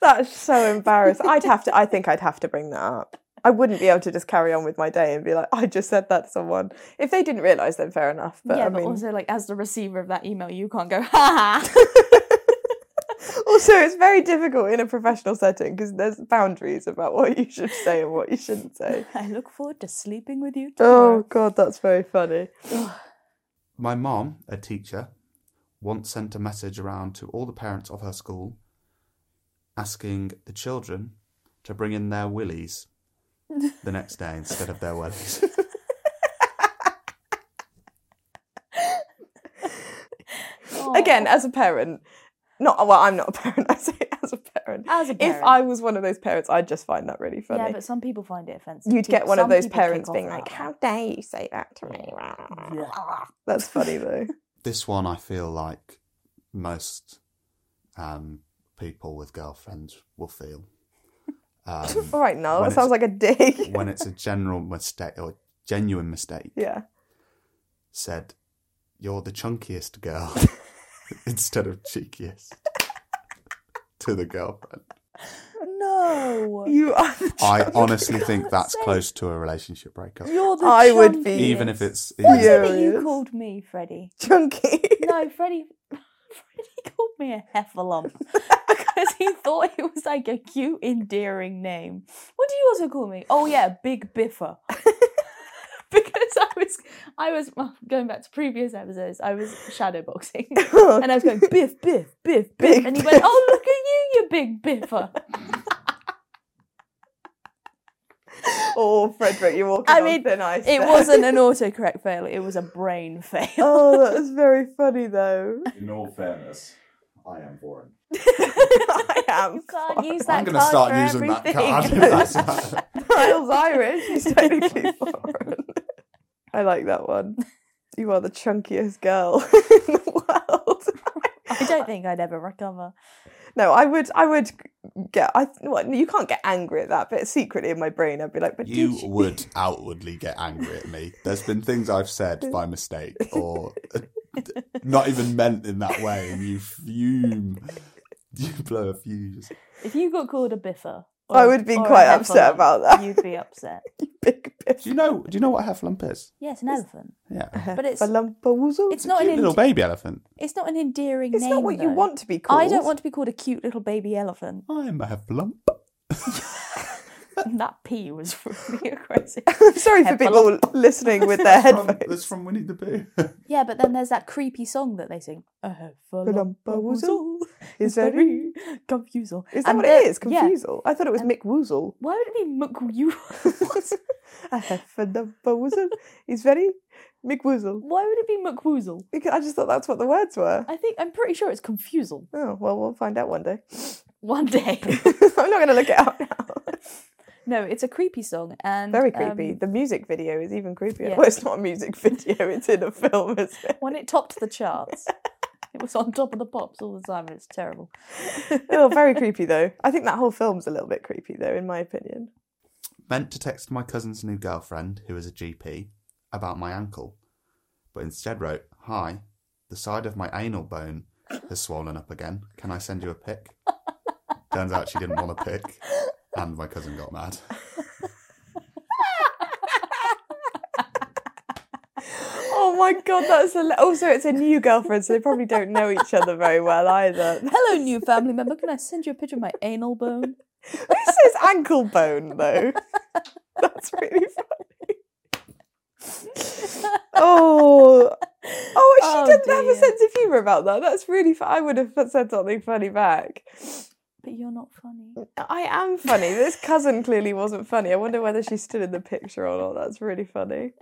[SPEAKER 2] That's so embarrassing. I'd have to. I think I'd have to bring that up. I wouldn't be able to just carry on with my day and be like, "I just said that to someone." If they didn't realise, then fair enough. But
[SPEAKER 1] yeah,
[SPEAKER 2] I
[SPEAKER 1] but
[SPEAKER 2] mean,
[SPEAKER 1] also like as the receiver of that email, you can't go, ha ha.
[SPEAKER 2] also it's very difficult in a professional setting because there's boundaries about what you should say and what you shouldn't say.
[SPEAKER 1] I look forward to sleeping with you
[SPEAKER 2] Oh
[SPEAKER 1] tomorrow.
[SPEAKER 2] god, that's very funny.
[SPEAKER 4] My mom, a teacher, once sent a message around to all the parents of her school asking the children to bring in their willies the next day instead of their wellies.
[SPEAKER 2] Oh. Again, as a parent, not well, I'm not a parent. I say as a parent.
[SPEAKER 1] as a
[SPEAKER 2] If I was one of those parents, I'd just find that really funny.
[SPEAKER 1] yeah, but some people find it offensive.
[SPEAKER 2] You'd get
[SPEAKER 1] People-
[SPEAKER 2] one of
[SPEAKER 1] some
[SPEAKER 2] those
[SPEAKER 1] people kick
[SPEAKER 2] parents
[SPEAKER 1] off
[SPEAKER 2] being
[SPEAKER 1] about
[SPEAKER 2] like,
[SPEAKER 1] that.
[SPEAKER 2] "How dare you say that to me?" That's funny though.
[SPEAKER 4] this one, I feel like most um, people with girlfriends will feel. Um,
[SPEAKER 2] All right, no,
[SPEAKER 4] When
[SPEAKER 2] that
[SPEAKER 4] it's-
[SPEAKER 2] sounds like a dig.
[SPEAKER 4] when it's a general mistake or genuine mistake,
[SPEAKER 2] yeah.
[SPEAKER 4] said, You're the chunkiest girl instead of cheekiest to the girlfriend.
[SPEAKER 1] No,
[SPEAKER 2] You are. The
[SPEAKER 4] I
[SPEAKER 2] judge.
[SPEAKER 4] honestly think
[SPEAKER 1] can't
[SPEAKER 4] that's
[SPEAKER 1] say-
[SPEAKER 4] close to a relationship breakup.
[SPEAKER 1] you're the.
[SPEAKER 2] I would be-
[SPEAKER 1] chunkiest.
[SPEAKER 4] Even if it's
[SPEAKER 1] What is
[SPEAKER 4] yeah.
[SPEAKER 1] it that you
[SPEAKER 2] Yes.
[SPEAKER 1] called me, Freddie?
[SPEAKER 2] chunky.
[SPEAKER 1] No, Freddie. Freddie called me a heffalump because he thought it was like a cute, endearing name. What do you also call me? Oh yeah, Big Biffer. because I was, I was well, going back to previous episodes. I was shadow boxing. And I was going biff, biff, biff, biff,
[SPEAKER 2] Big
[SPEAKER 1] and he
[SPEAKER 2] biff.
[SPEAKER 1] went, "Oh, look at you, you big biffer."
[SPEAKER 2] oh, Frederick, you're walking
[SPEAKER 1] I
[SPEAKER 2] on
[SPEAKER 1] mean,
[SPEAKER 2] thin ice.
[SPEAKER 1] It
[SPEAKER 2] there.
[SPEAKER 1] wasn't an autocorrect fail; it was a brain fail.
[SPEAKER 2] oh, that was very funny though.
[SPEAKER 5] In all fairness, I am boring.
[SPEAKER 2] I am.
[SPEAKER 1] You can't
[SPEAKER 2] fucked.
[SPEAKER 1] use that.
[SPEAKER 4] I'm going to
[SPEAKER 1] card
[SPEAKER 4] start
[SPEAKER 1] for
[SPEAKER 4] using that
[SPEAKER 1] everything.
[SPEAKER 4] card. if that's-
[SPEAKER 2] Niall's Irish. He's technically foreign. I like that one. You are the chunkiest girl in the world.
[SPEAKER 1] I don't think I'd ever recover.
[SPEAKER 2] No, I would. I would get. I well, you can't get angry at that, but secretly in my brain, I'd be like, "But
[SPEAKER 4] you
[SPEAKER 2] did you
[SPEAKER 4] would outwardly get angry at me. There's been things I've said by mistake or uh, not even meant in that way, and you fume. You blow a fuse.
[SPEAKER 1] If you got called a biffer, or
[SPEAKER 2] I
[SPEAKER 1] a-
[SPEAKER 2] would be
[SPEAKER 1] or a
[SPEAKER 2] quite upset
[SPEAKER 1] heffalump,
[SPEAKER 2] about that.
[SPEAKER 1] You'd be upset.
[SPEAKER 2] big bit
[SPEAKER 4] Do you know? Do you know what a heffalump is?
[SPEAKER 1] Yes, an elephant.
[SPEAKER 4] Yeah,
[SPEAKER 1] But it's
[SPEAKER 2] a lump of woozle?"
[SPEAKER 1] it's not an
[SPEAKER 4] cute little
[SPEAKER 1] ende-
[SPEAKER 4] baby elephant.
[SPEAKER 1] it's not an endearing
[SPEAKER 2] It's
[SPEAKER 1] name.
[SPEAKER 2] not what you
[SPEAKER 1] though.
[SPEAKER 2] want to be called.
[SPEAKER 1] I don't want to be called a cute little baby elephant.
[SPEAKER 4] I'm a heffalump.
[SPEAKER 1] that P was really aggressive.
[SPEAKER 2] I'm sorry for
[SPEAKER 1] Have
[SPEAKER 2] people listening with their
[SPEAKER 4] From,
[SPEAKER 2] headphones.
[SPEAKER 4] that's from Winnie the Pooh.
[SPEAKER 1] Yeah, but then there's that creepy song that they sing. A heffalump-a-woozle
[SPEAKER 2] Is very.
[SPEAKER 1] confusal.
[SPEAKER 2] Is that
[SPEAKER 1] And
[SPEAKER 2] what
[SPEAKER 1] they're-
[SPEAKER 2] it is?
[SPEAKER 1] Yeah.
[SPEAKER 2] Confusal. I thought it was Mick Woozle.
[SPEAKER 1] Why would it be McWoozle?
[SPEAKER 2] I have a lump of woozle. He's very Mick Woozle.
[SPEAKER 1] Why would it be McWoozle?
[SPEAKER 2] Because I just thought that's what the words were.
[SPEAKER 1] I think I'm pretty sure it's confusal.
[SPEAKER 2] Oh well, we'll find out one day.
[SPEAKER 1] One day.
[SPEAKER 2] I'm not going to look it up now.
[SPEAKER 1] No, it's a creepy song and
[SPEAKER 2] Very creepy.
[SPEAKER 1] um,
[SPEAKER 2] the music video is even creepier.
[SPEAKER 1] yeah.
[SPEAKER 2] Well, it's not a music video, it's in a film, is it?
[SPEAKER 1] when it topped the charts, it was on top of the pops all the time, and it's terrible.
[SPEAKER 2] oh, very creepy though. I think that whole film's a little bit creepy though, in my opinion.
[SPEAKER 4] Meant to text my cousin's new girlfriend, who is a GP, about my ankle, but instead wrote, Hi, the side of my anal bone has swollen up again. Can I send you a pic? Turns out she didn't want a pic, and my cousin got mad.
[SPEAKER 2] Oh my god, that's a. Also, it's a new girlfriend, so they probably don't know each other very well either.
[SPEAKER 1] Hello, new family member. Can I send you a picture of my anal bone?
[SPEAKER 2] Who says ankle bone though? That's really funny. Oh, oh, she
[SPEAKER 1] Oh,
[SPEAKER 2] didn't have a
[SPEAKER 1] dear.
[SPEAKER 2] sense of humour about that. That's really. Fu- I would have said something funny back.
[SPEAKER 1] But you're not funny.
[SPEAKER 2] I am funny. This cousin clearly wasn't funny. I wonder whether she's still in the picture or not. That's really funny.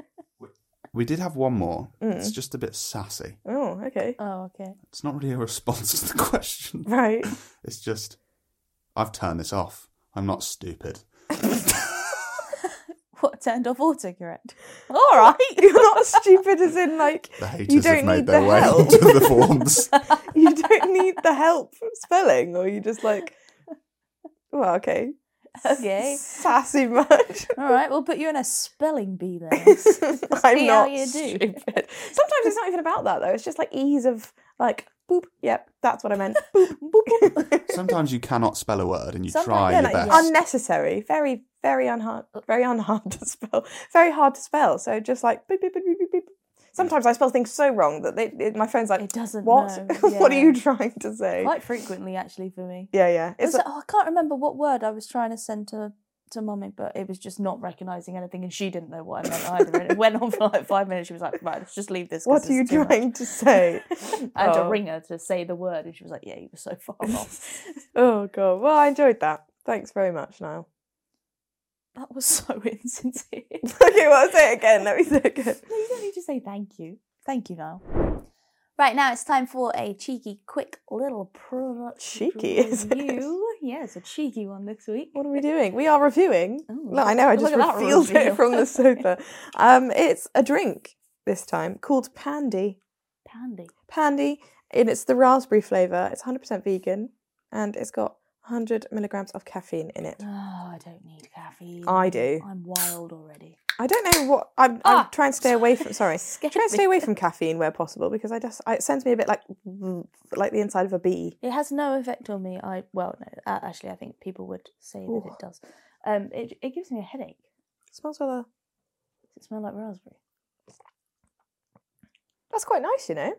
[SPEAKER 4] We did have one more. It's
[SPEAKER 2] Mm.
[SPEAKER 4] just a bit sassy.
[SPEAKER 2] Oh, okay,
[SPEAKER 1] Oh, okay.
[SPEAKER 4] It's not really a response to the question.
[SPEAKER 2] right.
[SPEAKER 4] It's just, I've turned this off. I'm not stupid.
[SPEAKER 1] What turned off autocorrect?
[SPEAKER 2] All right, you're not stupid. As in, like You
[SPEAKER 4] The haters
[SPEAKER 2] don't
[SPEAKER 4] have made
[SPEAKER 2] need
[SPEAKER 4] their
[SPEAKER 2] the
[SPEAKER 4] way
[SPEAKER 2] help.
[SPEAKER 4] onto the forums.
[SPEAKER 2] you don't need the help spelling, or you just like. Well, okay.
[SPEAKER 1] Okay.
[SPEAKER 2] Sassy much.
[SPEAKER 1] All right, we'll put you in a spelling bee then.
[SPEAKER 2] I'm
[SPEAKER 1] See how
[SPEAKER 2] not
[SPEAKER 1] you do.
[SPEAKER 2] stupid. Sometimes it's not even about that though. It's just like ease of like boop. Yep, that's what I meant. Boop boop. boop.
[SPEAKER 4] Sometimes you cannot spell a word and you
[SPEAKER 1] Sometimes-
[SPEAKER 4] try
[SPEAKER 1] yeah,
[SPEAKER 4] your
[SPEAKER 1] like,
[SPEAKER 4] best.
[SPEAKER 2] unnecessary. Very very unhard. Very unhard to spell. Very hard to spell. So just like boop boop boop boop boop. boop. Sometimes I spell things so wrong that they, it, my phone's like,
[SPEAKER 1] It doesn't
[SPEAKER 2] what?
[SPEAKER 1] know,
[SPEAKER 2] what are
[SPEAKER 1] yeah.
[SPEAKER 2] you trying to say?
[SPEAKER 1] Quite frequently, actually, for me.
[SPEAKER 2] Yeah, yeah. It's
[SPEAKER 1] Was it- oh, I can't remember what word I was trying to send to to mummy, but it was just not recognizing anything, and she didn't know what I meant either. and it went on for like five minutes. She was like, "Right, let's just leave this." 'cause
[SPEAKER 2] what are
[SPEAKER 1] it's
[SPEAKER 2] you
[SPEAKER 1] too much."
[SPEAKER 2] trying to say?
[SPEAKER 1] I had to
[SPEAKER 2] Oh.
[SPEAKER 1] ring her to say the word, and she was like, "Yeah, you were so far off."
[SPEAKER 2] Oh god. Well, I enjoyed that. Thanks very much, Niall.
[SPEAKER 1] that was so insincere. no,
[SPEAKER 2] okay, well, I'll say it again. Let me say it again.
[SPEAKER 1] you don't need to say thank you. Thank you, Niall.
[SPEAKER 3] Right now it's time for a cheeky, quick little product
[SPEAKER 2] Cheeky, is it?
[SPEAKER 1] You, yeah, it's a cheeky one this week.
[SPEAKER 2] What are we doing? We are reviewing.
[SPEAKER 1] Oh,
[SPEAKER 2] Look, I know I
[SPEAKER 1] look
[SPEAKER 2] just
[SPEAKER 1] at that
[SPEAKER 2] revealed
[SPEAKER 1] reveal.
[SPEAKER 2] it from the sofa. um, it's a drink this time called Pandy.
[SPEAKER 1] Pandy.
[SPEAKER 2] Pandy, and it's the raspberry flavour. It's 100% vegan and it's got 100 milligrams of caffeine in it.
[SPEAKER 1] Oh, I don't need caffeine.
[SPEAKER 2] I do.
[SPEAKER 1] I'm wild already.
[SPEAKER 2] I don't know what I'm, I'm
[SPEAKER 1] Ah!
[SPEAKER 2] trying to stay away from. Sorry,
[SPEAKER 1] Scared
[SPEAKER 2] trying
[SPEAKER 1] me.
[SPEAKER 2] to stay away from caffeine where possible because I just I, it sends me a bit like like the inside of a bee.
[SPEAKER 1] It has no effect on me. I well, no, a- actually, I think people would say that
[SPEAKER 2] Ooh.
[SPEAKER 1] it does. Um, it it gives me a headache.
[SPEAKER 2] smells rather.
[SPEAKER 1] Does it smell like raspberry?
[SPEAKER 2] That's quite nice, you know.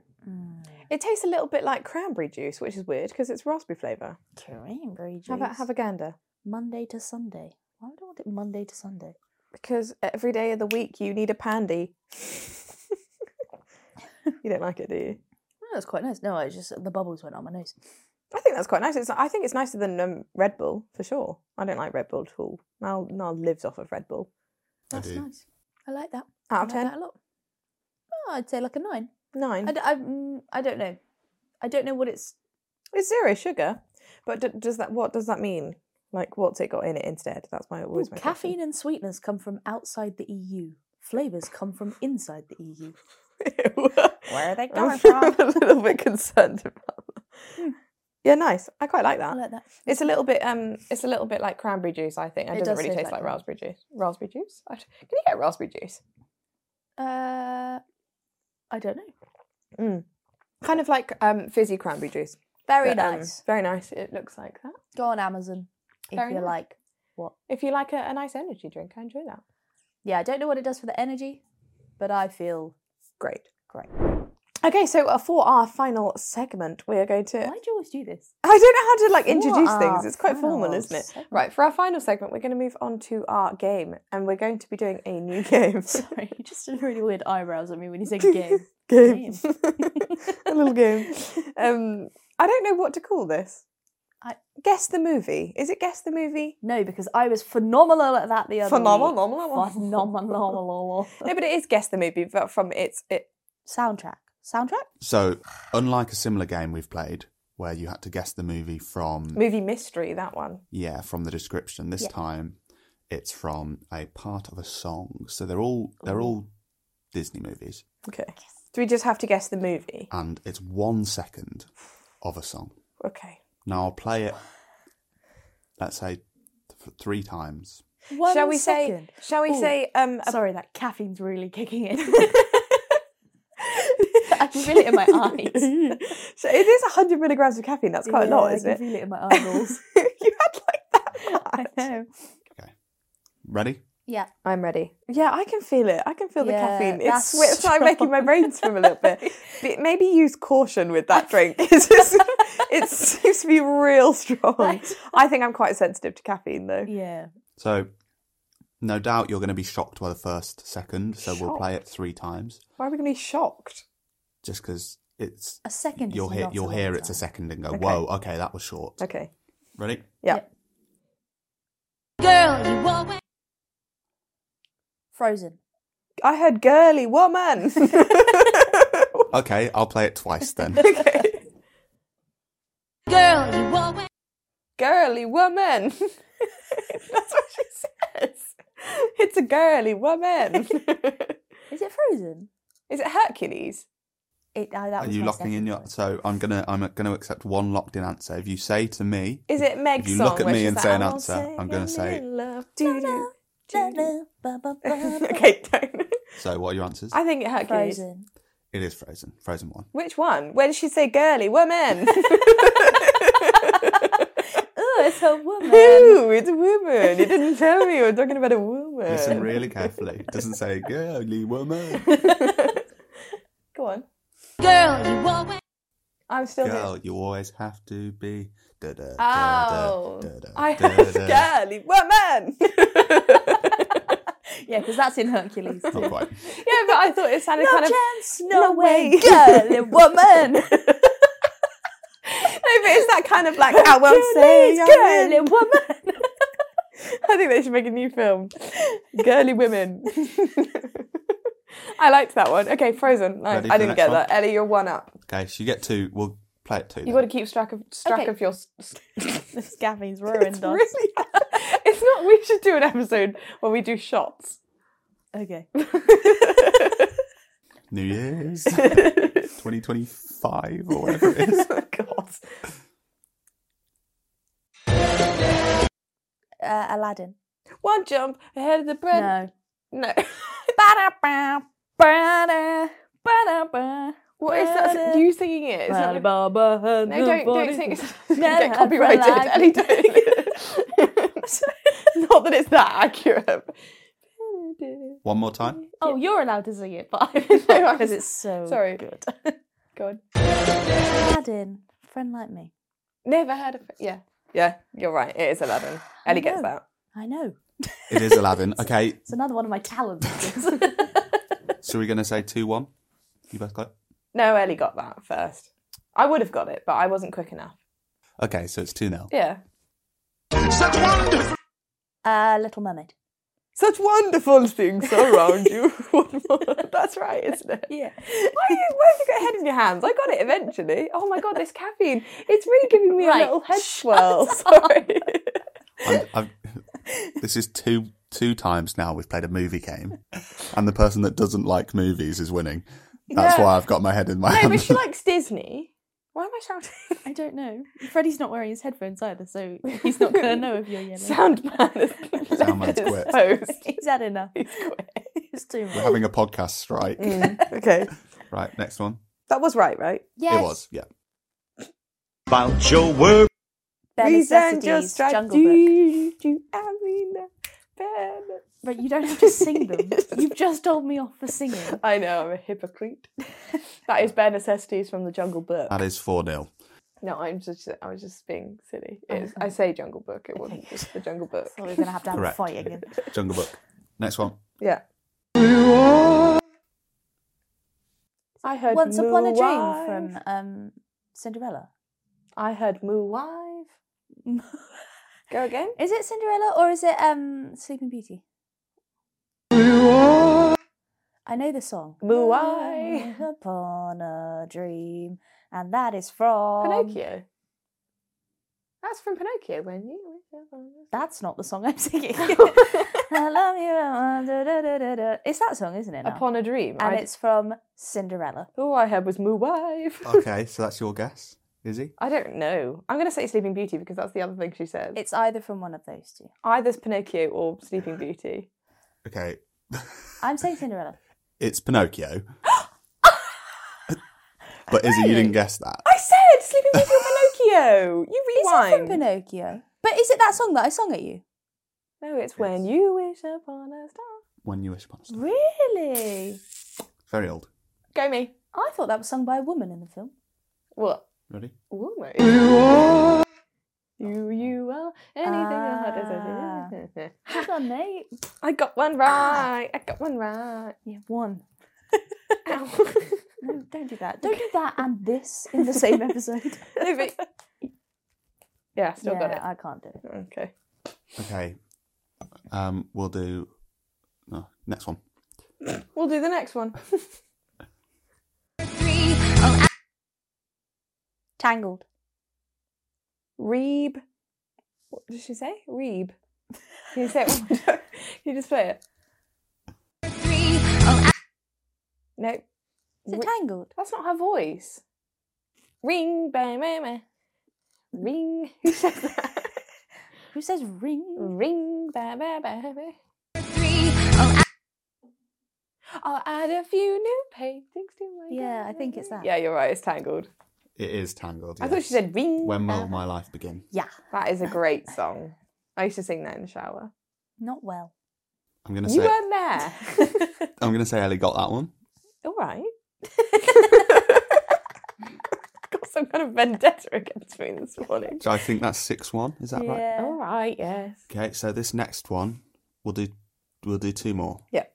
[SPEAKER 2] It tastes a little bit like cranberry juice, which is weird because it's raspberry flavour.
[SPEAKER 1] Cranberry juice.
[SPEAKER 2] Have a, have a gander.
[SPEAKER 1] Monday to Sunday. Why would I want it Monday to Sunday?
[SPEAKER 2] Because every day of the week you need a pandy. you don't like it, do you?
[SPEAKER 1] Oh, that's quite nice. No, I just the bubbles went on my nose.
[SPEAKER 2] I think that's quite nice. It's, I think it's nicer than um, Red Bull for sure. I don't like Red Bull at all. Niall, Niall lives off of Red Bull.
[SPEAKER 4] I
[SPEAKER 1] That's
[SPEAKER 4] do.
[SPEAKER 1] nice. I like that. I
[SPEAKER 2] Out
[SPEAKER 1] like
[SPEAKER 2] of ten,
[SPEAKER 1] that a lot. Oh, I'd say like a nine.
[SPEAKER 2] nine.
[SPEAKER 1] I, d- I, mm, I don't know. I don't know what it's.
[SPEAKER 2] It's zero sugar, but d- does that what does that mean? Like, what's it got in it instead? That's my always
[SPEAKER 1] Ooh,
[SPEAKER 2] my question.
[SPEAKER 1] caffeine and sweeteners come from outside the EU. Flavors come from inside the E Oh. EU.
[SPEAKER 2] Where are they coming from? I'm a little bit concerned about that.
[SPEAKER 1] Hmm.
[SPEAKER 2] Yeah, nice. I quite like
[SPEAKER 1] I
[SPEAKER 2] that.
[SPEAKER 1] like that.
[SPEAKER 2] It's a little bit um it's a little bit like cranberry juice, I think. It,
[SPEAKER 1] It
[SPEAKER 2] doesn't
[SPEAKER 1] does
[SPEAKER 2] really
[SPEAKER 1] taste
[SPEAKER 2] taste
[SPEAKER 1] like
[SPEAKER 2] like,
[SPEAKER 1] that.
[SPEAKER 2] raspberry juice. Raspberry juice? I d- Can you get raspberry juice?
[SPEAKER 1] Uh, I don't know.
[SPEAKER 2] Kind of like um fizzy cranberry juice.
[SPEAKER 1] Very
[SPEAKER 2] But, um,
[SPEAKER 1] nice.
[SPEAKER 2] very nice. It looks like that.
[SPEAKER 1] Go on Amazon if
[SPEAKER 2] Very
[SPEAKER 1] you
[SPEAKER 2] nice.
[SPEAKER 1] like. What?
[SPEAKER 2] If you like a, a nice energy drink, I enjoy that.
[SPEAKER 1] Yeah, I don't know what it does for the energy, but I feel.
[SPEAKER 2] Great.
[SPEAKER 1] Great.
[SPEAKER 2] Okay, so uh, for our final segment, we are going to
[SPEAKER 1] Why do you always do this?
[SPEAKER 2] I don't know how to like
[SPEAKER 1] For
[SPEAKER 2] introduce
[SPEAKER 1] our
[SPEAKER 2] things. It's quite
[SPEAKER 1] final
[SPEAKER 2] formal, isn't it?
[SPEAKER 1] segment.
[SPEAKER 2] Right, for our final segment, we're going to move on to our game and we're going to be doing a new game.
[SPEAKER 1] Sorry, you just did really weird eyebrows at me when you said game.
[SPEAKER 2] game. a little game. Um, I don't know what to call this.
[SPEAKER 1] I-
[SPEAKER 2] Guess the movie. Is it Guess the Movie?
[SPEAKER 1] No, because I was phenomenal at that the other week.
[SPEAKER 2] Phenomenal.
[SPEAKER 1] Phenomenal.
[SPEAKER 2] No, but it is Guess the Movie, but from its. It,
[SPEAKER 1] Soundtrack. Soundtrack?
[SPEAKER 4] So, unlike a similar game we've played where you had to guess the movie from
[SPEAKER 2] movie mystery, that one.
[SPEAKER 4] yeah, from the description, this time It's from a part of a song. So they're all they're all Disney movies,
[SPEAKER 2] Okay. Do we just have to guess the movie?
[SPEAKER 4] and it's one second of a song.
[SPEAKER 2] Okay.
[SPEAKER 4] Now I'll play it. Let's say th- three times.
[SPEAKER 1] One
[SPEAKER 2] shall we
[SPEAKER 1] second.
[SPEAKER 2] say? Shall we
[SPEAKER 1] Ooh.
[SPEAKER 2] say? Um. a-
[SPEAKER 1] Sorry, that caffeine's really kicking in. I can feel it in my eyes.
[SPEAKER 2] so it is hundred milligrams of caffeine. That's quite a lot,
[SPEAKER 1] Yeah,
[SPEAKER 2] isn't
[SPEAKER 1] I
[SPEAKER 2] it?
[SPEAKER 1] can feel it in my eyeballs.
[SPEAKER 2] you had like that.
[SPEAKER 1] I know.
[SPEAKER 4] Ready?
[SPEAKER 3] Yeah.
[SPEAKER 2] I'm ready. Yeah, I can feel it. I can feel
[SPEAKER 3] Yeah,
[SPEAKER 2] the caffeine.
[SPEAKER 3] that's
[SPEAKER 2] It's swi- it's like making my brain swim a little bit. But maybe use caution with that drink. It's just- it seems to be real strong. I think I'm quite sensitive to caffeine though.
[SPEAKER 1] Yeah.
[SPEAKER 4] So, no doubt you're going to be shocked by the first second. So we'll play it three times,
[SPEAKER 2] Why are we going to be shocked?
[SPEAKER 4] just because it's
[SPEAKER 3] A second.
[SPEAKER 4] you'll
[SPEAKER 3] is
[SPEAKER 4] hear
[SPEAKER 3] not
[SPEAKER 4] you'll
[SPEAKER 3] a
[SPEAKER 4] hear
[SPEAKER 3] long
[SPEAKER 4] it's a
[SPEAKER 3] time.
[SPEAKER 4] second and go,
[SPEAKER 2] Okay.
[SPEAKER 4] whoa, okay, that was short.
[SPEAKER 2] Okay.
[SPEAKER 4] Ready?
[SPEAKER 2] Yeah.
[SPEAKER 3] Girl, you always Frozen.
[SPEAKER 2] I heard girly woman.
[SPEAKER 4] Okay, I'll play it twice then.
[SPEAKER 2] okay.
[SPEAKER 3] Girl, you always
[SPEAKER 2] Girly woman. That's what she says. It's a girly woman.
[SPEAKER 3] Is it Frozen?
[SPEAKER 2] Is it Hercules?
[SPEAKER 3] It. Uh, that
[SPEAKER 4] Are
[SPEAKER 3] was
[SPEAKER 4] you
[SPEAKER 3] my
[SPEAKER 4] locking in
[SPEAKER 3] second
[SPEAKER 4] your?
[SPEAKER 3] one.
[SPEAKER 4] So I'm gonna I'm gonna accept one locked in answer. If you say to me,
[SPEAKER 2] Is it Meg's
[SPEAKER 4] if you
[SPEAKER 2] song?
[SPEAKER 4] look at
[SPEAKER 2] where
[SPEAKER 4] me
[SPEAKER 2] she's
[SPEAKER 4] and
[SPEAKER 2] like,
[SPEAKER 4] say
[SPEAKER 2] "I
[SPEAKER 4] an
[SPEAKER 2] won't
[SPEAKER 4] answer, I'm gonna
[SPEAKER 2] I'm
[SPEAKER 4] say.
[SPEAKER 2] in love." Doo-doo, doo-doo.
[SPEAKER 3] Da-da-ba-ba-ba-ba.
[SPEAKER 2] okay, don't.
[SPEAKER 4] So what are your answers?
[SPEAKER 2] I think it Hercules.
[SPEAKER 3] Frozen.
[SPEAKER 4] It is Frozen. Frozen one.
[SPEAKER 2] Which one? When she say girly woman?
[SPEAKER 1] Oh, it's a woman.
[SPEAKER 2] Ooh, it's a woman. You didn't tell me you were talking about a woman.
[SPEAKER 4] Listen really carefully. It doesn't say girly woman.
[SPEAKER 2] Go on.
[SPEAKER 3] Girl, you always.
[SPEAKER 2] I'm still
[SPEAKER 4] Girl, you always have to be. Da, da,
[SPEAKER 1] Ow.
[SPEAKER 4] da, da, da,
[SPEAKER 2] Oh, I
[SPEAKER 4] da,
[SPEAKER 2] heard
[SPEAKER 4] da.
[SPEAKER 2] girly woman.
[SPEAKER 1] yeah, because that's in Hercules. too.
[SPEAKER 4] Not quite.
[SPEAKER 2] yeah, but I thought it sounded
[SPEAKER 1] no
[SPEAKER 2] kind of.
[SPEAKER 1] chance, no,
[SPEAKER 2] no
[SPEAKER 1] way,
[SPEAKER 2] way.
[SPEAKER 1] girly woman.
[SPEAKER 2] No, but it's that kind of like I won't say.
[SPEAKER 1] Hercules,
[SPEAKER 2] I
[SPEAKER 1] girly
[SPEAKER 2] will.
[SPEAKER 1] woman.
[SPEAKER 2] I think they should make a new film. Girly women. I liked that one. Okay, Frozen. No,
[SPEAKER 4] Ready
[SPEAKER 2] I
[SPEAKER 4] for the
[SPEAKER 2] didn't
[SPEAKER 4] next
[SPEAKER 2] get
[SPEAKER 4] one?
[SPEAKER 2] that. Ellie, you're one up.
[SPEAKER 4] Okay, so you get two. We'll play it two.
[SPEAKER 2] You
[SPEAKER 4] Then.
[SPEAKER 2] got to keep track of track
[SPEAKER 1] Okay.
[SPEAKER 2] of your. s- s-
[SPEAKER 1] this caffeine's ruined
[SPEAKER 2] It's
[SPEAKER 1] us.
[SPEAKER 2] really. it's not. We should do an episode where we do shots.
[SPEAKER 1] Okay.
[SPEAKER 4] New Year's
[SPEAKER 2] oh
[SPEAKER 4] 2025 or whatever it is.
[SPEAKER 2] my god!
[SPEAKER 3] Uh, Aladdin.
[SPEAKER 2] One jump ahead of the bread.
[SPEAKER 1] No.
[SPEAKER 2] No.
[SPEAKER 3] Ba-da-ba, ba-da, ba-da-ba.
[SPEAKER 2] What is that? You singing it? It's not gonna-
[SPEAKER 1] Alibaba
[SPEAKER 2] no, don't don't sing. It's
[SPEAKER 1] Never
[SPEAKER 2] get copyrighted.
[SPEAKER 1] relax.
[SPEAKER 2] Ellie, don't. not that it's that accurate.
[SPEAKER 4] One more time.
[SPEAKER 1] Oh, you're allowed to sing it, but
[SPEAKER 2] No, I'm
[SPEAKER 1] because it's so
[SPEAKER 2] sorry.
[SPEAKER 1] good.
[SPEAKER 2] Go on.
[SPEAKER 3] Aladdin. Friend like me.
[SPEAKER 2] Never heard of it. Yeah. Yeah, you're right. It is Aladdin. Ellie gets
[SPEAKER 1] know.
[SPEAKER 2] that.
[SPEAKER 1] I know.
[SPEAKER 4] It is Aladdin. Okay,
[SPEAKER 1] It's another one of my talents.
[SPEAKER 4] so we're going to say 2 1. You both got
[SPEAKER 2] No, Ellie got that first. I would have got it, but I wasn't quick enough.
[SPEAKER 4] it? Okay, so it's 2 0.
[SPEAKER 2] Yeah.
[SPEAKER 3] Uh, Little Mermaid.
[SPEAKER 2] Such wonderful things around you. That's right, isn't it?
[SPEAKER 1] yeah.
[SPEAKER 2] Why, you, why have you got a head in your hands? I got it eventually. Oh my god, this caffeine. It's really giving me
[SPEAKER 1] Right,
[SPEAKER 2] a little head swirl. Sorry.
[SPEAKER 4] I'm, I've, this is two two times now we've played a movie game, and the person that doesn't like movies is winning. That's
[SPEAKER 2] Yeah.
[SPEAKER 4] why I've got my head in my
[SPEAKER 2] no,
[SPEAKER 4] hand.
[SPEAKER 2] but she likes Disney. Why am I shouting?
[SPEAKER 1] I don't know. Freddie's not wearing his headphones either, so he's not going to know if you're yelling.
[SPEAKER 2] Sound man is
[SPEAKER 4] Soundman's
[SPEAKER 2] left
[SPEAKER 4] quit.
[SPEAKER 2] exposed.
[SPEAKER 1] he's had enough.
[SPEAKER 2] He's quit.
[SPEAKER 1] It's too
[SPEAKER 4] We're
[SPEAKER 1] much.
[SPEAKER 4] having a podcast strike.
[SPEAKER 2] okay.
[SPEAKER 4] Right, next one.
[SPEAKER 2] That was right, right?
[SPEAKER 3] Yes.
[SPEAKER 4] It was, yeah.
[SPEAKER 6] About your word.
[SPEAKER 3] Bare Necessities, Jungle Book.
[SPEAKER 2] Do I mean that? Bare-
[SPEAKER 1] But you don't have to sing them. You've just told me off for singing.
[SPEAKER 2] I know, I'm a hypocrite. that is bare necessities from the Jungle Book.
[SPEAKER 4] That is 4 0.
[SPEAKER 2] No, I'm just I was just being silly. It's, I say Jungle Book. It wasn't just the Jungle Book.
[SPEAKER 1] So we're going to have to have a
[SPEAKER 4] Correct.
[SPEAKER 1] fight again.
[SPEAKER 4] Jungle Book. Next one.
[SPEAKER 2] Yeah. I heard
[SPEAKER 3] Once Upon a
[SPEAKER 2] Moo
[SPEAKER 3] Dream
[SPEAKER 2] Wife.
[SPEAKER 3] from um, Cinderella.
[SPEAKER 2] I heard Moo Wife. Go again.
[SPEAKER 3] Is it Cinderella or is it um, Sleeping Beauty? I know the song.
[SPEAKER 2] Moo Wife.
[SPEAKER 3] Once
[SPEAKER 1] Um,
[SPEAKER 3] Upon a Dream. And that is from.
[SPEAKER 2] Pinocchio. That's from Pinocchio, when you.
[SPEAKER 1] That's not the song I'm singing. I love you. uh, da, da, da, da, da. It's that song, isn't it? now?
[SPEAKER 2] Upon a Dream.
[SPEAKER 1] and
[SPEAKER 2] I-
[SPEAKER 1] it's from Cinderella.
[SPEAKER 2] all I heard was Moo Wife.
[SPEAKER 4] Okay, so that's your guess, is he?
[SPEAKER 2] I don't know. I'm going to say Sleeping Beauty because that's the other thing she says.
[SPEAKER 1] It's either from one of those two.
[SPEAKER 2] either Pinocchio or Sleeping Beauty.
[SPEAKER 4] Okay,
[SPEAKER 1] I'm saying Cinderella.
[SPEAKER 4] it's Pinocchio. but Izzy, you didn't guess that.
[SPEAKER 2] I said Sleeping Beauty or Pinocchio. You
[SPEAKER 7] Is it from
[SPEAKER 2] rewind.
[SPEAKER 7] Pinocchio? But is it that song that I sung at you?
[SPEAKER 2] no, it's when you wish upon a star.
[SPEAKER 4] When you wish upon a star.
[SPEAKER 1] Really?
[SPEAKER 4] Very old.
[SPEAKER 2] Go me.
[SPEAKER 1] I thought that was sung by a woman in the film.
[SPEAKER 2] What?
[SPEAKER 4] Ready?
[SPEAKER 2] Woman. You are. You, you are. Anything
[SPEAKER 1] Ah.
[SPEAKER 2] else.
[SPEAKER 1] Hold on, Nate.
[SPEAKER 2] I got one right. I got one right.
[SPEAKER 1] Yeah, one.
[SPEAKER 2] Ow.
[SPEAKER 1] No, don't do that. Don't do that and this in the same episode.
[SPEAKER 2] No, but- yeah, still
[SPEAKER 1] yeah,
[SPEAKER 2] got it.
[SPEAKER 1] I can't do it.
[SPEAKER 2] Okay.
[SPEAKER 4] Okay. Um, we'll do. No, next one.
[SPEAKER 2] We'll do the next one.
[SPEAKER 7] Tangled.
[SPEAKER 2] Reeb. What did she say? Reeb. Can you say it? one more time? Can you just play it? No,
[SPEAKER 7] Is it
[SPEAKER 2] Wh-
[SPEAKER 7] Tangled?
[SPEAKER 2] that's not her voice. Ring, bang, bang, bang. Ring. Who said that?
[SPEAKER 7] Who says
[SPEAKER 2] Hmm.
[SPEAKER 7] ring?
[SPEAKER 2] Ring, bang, bang, bang, bang. I'll add a few new paintings to my
[SPEAKER 7] Yeah, I think it's
[SPEAKER 2] gallery.
[SPEAKER 7] that.
[SPEAKER 2] Yeah, you're right. It's tangled.
[SPEAKER 4] It is Tangled.
[SPEAKER 2] I thought
[SPEAKER 4] yes.
[SPEAKER 2] she said ring.
[SPEAKER 4] When will
[SPEAKER 2] bang,
[SPEAKER 4] my life begin?
[SPEAKER 2] That is a great song. I used to sing that in the shower.
[SPEAKER 7] Not well.
[SPEAKER 4] I'm gonna
[SPEAKER 2] you
[SPEAKER 4] say.
[SPEAKER 2] weren't there.
[SPEAKER 4] I'm gonna say Ellie got that one.
[SPEAKER 2] All right. Got some kind of vendetta against me this morning.
[SPEAKER 4] So I think that's six one. Is that right?
[SPEAKER 1] Yeah.
[SPEAKER 2] All right. Oh. Yes.
[SPEAKER 4] Okay. So this next one, we'll do. We'll do two more.
[SPEAKER 2] Yep.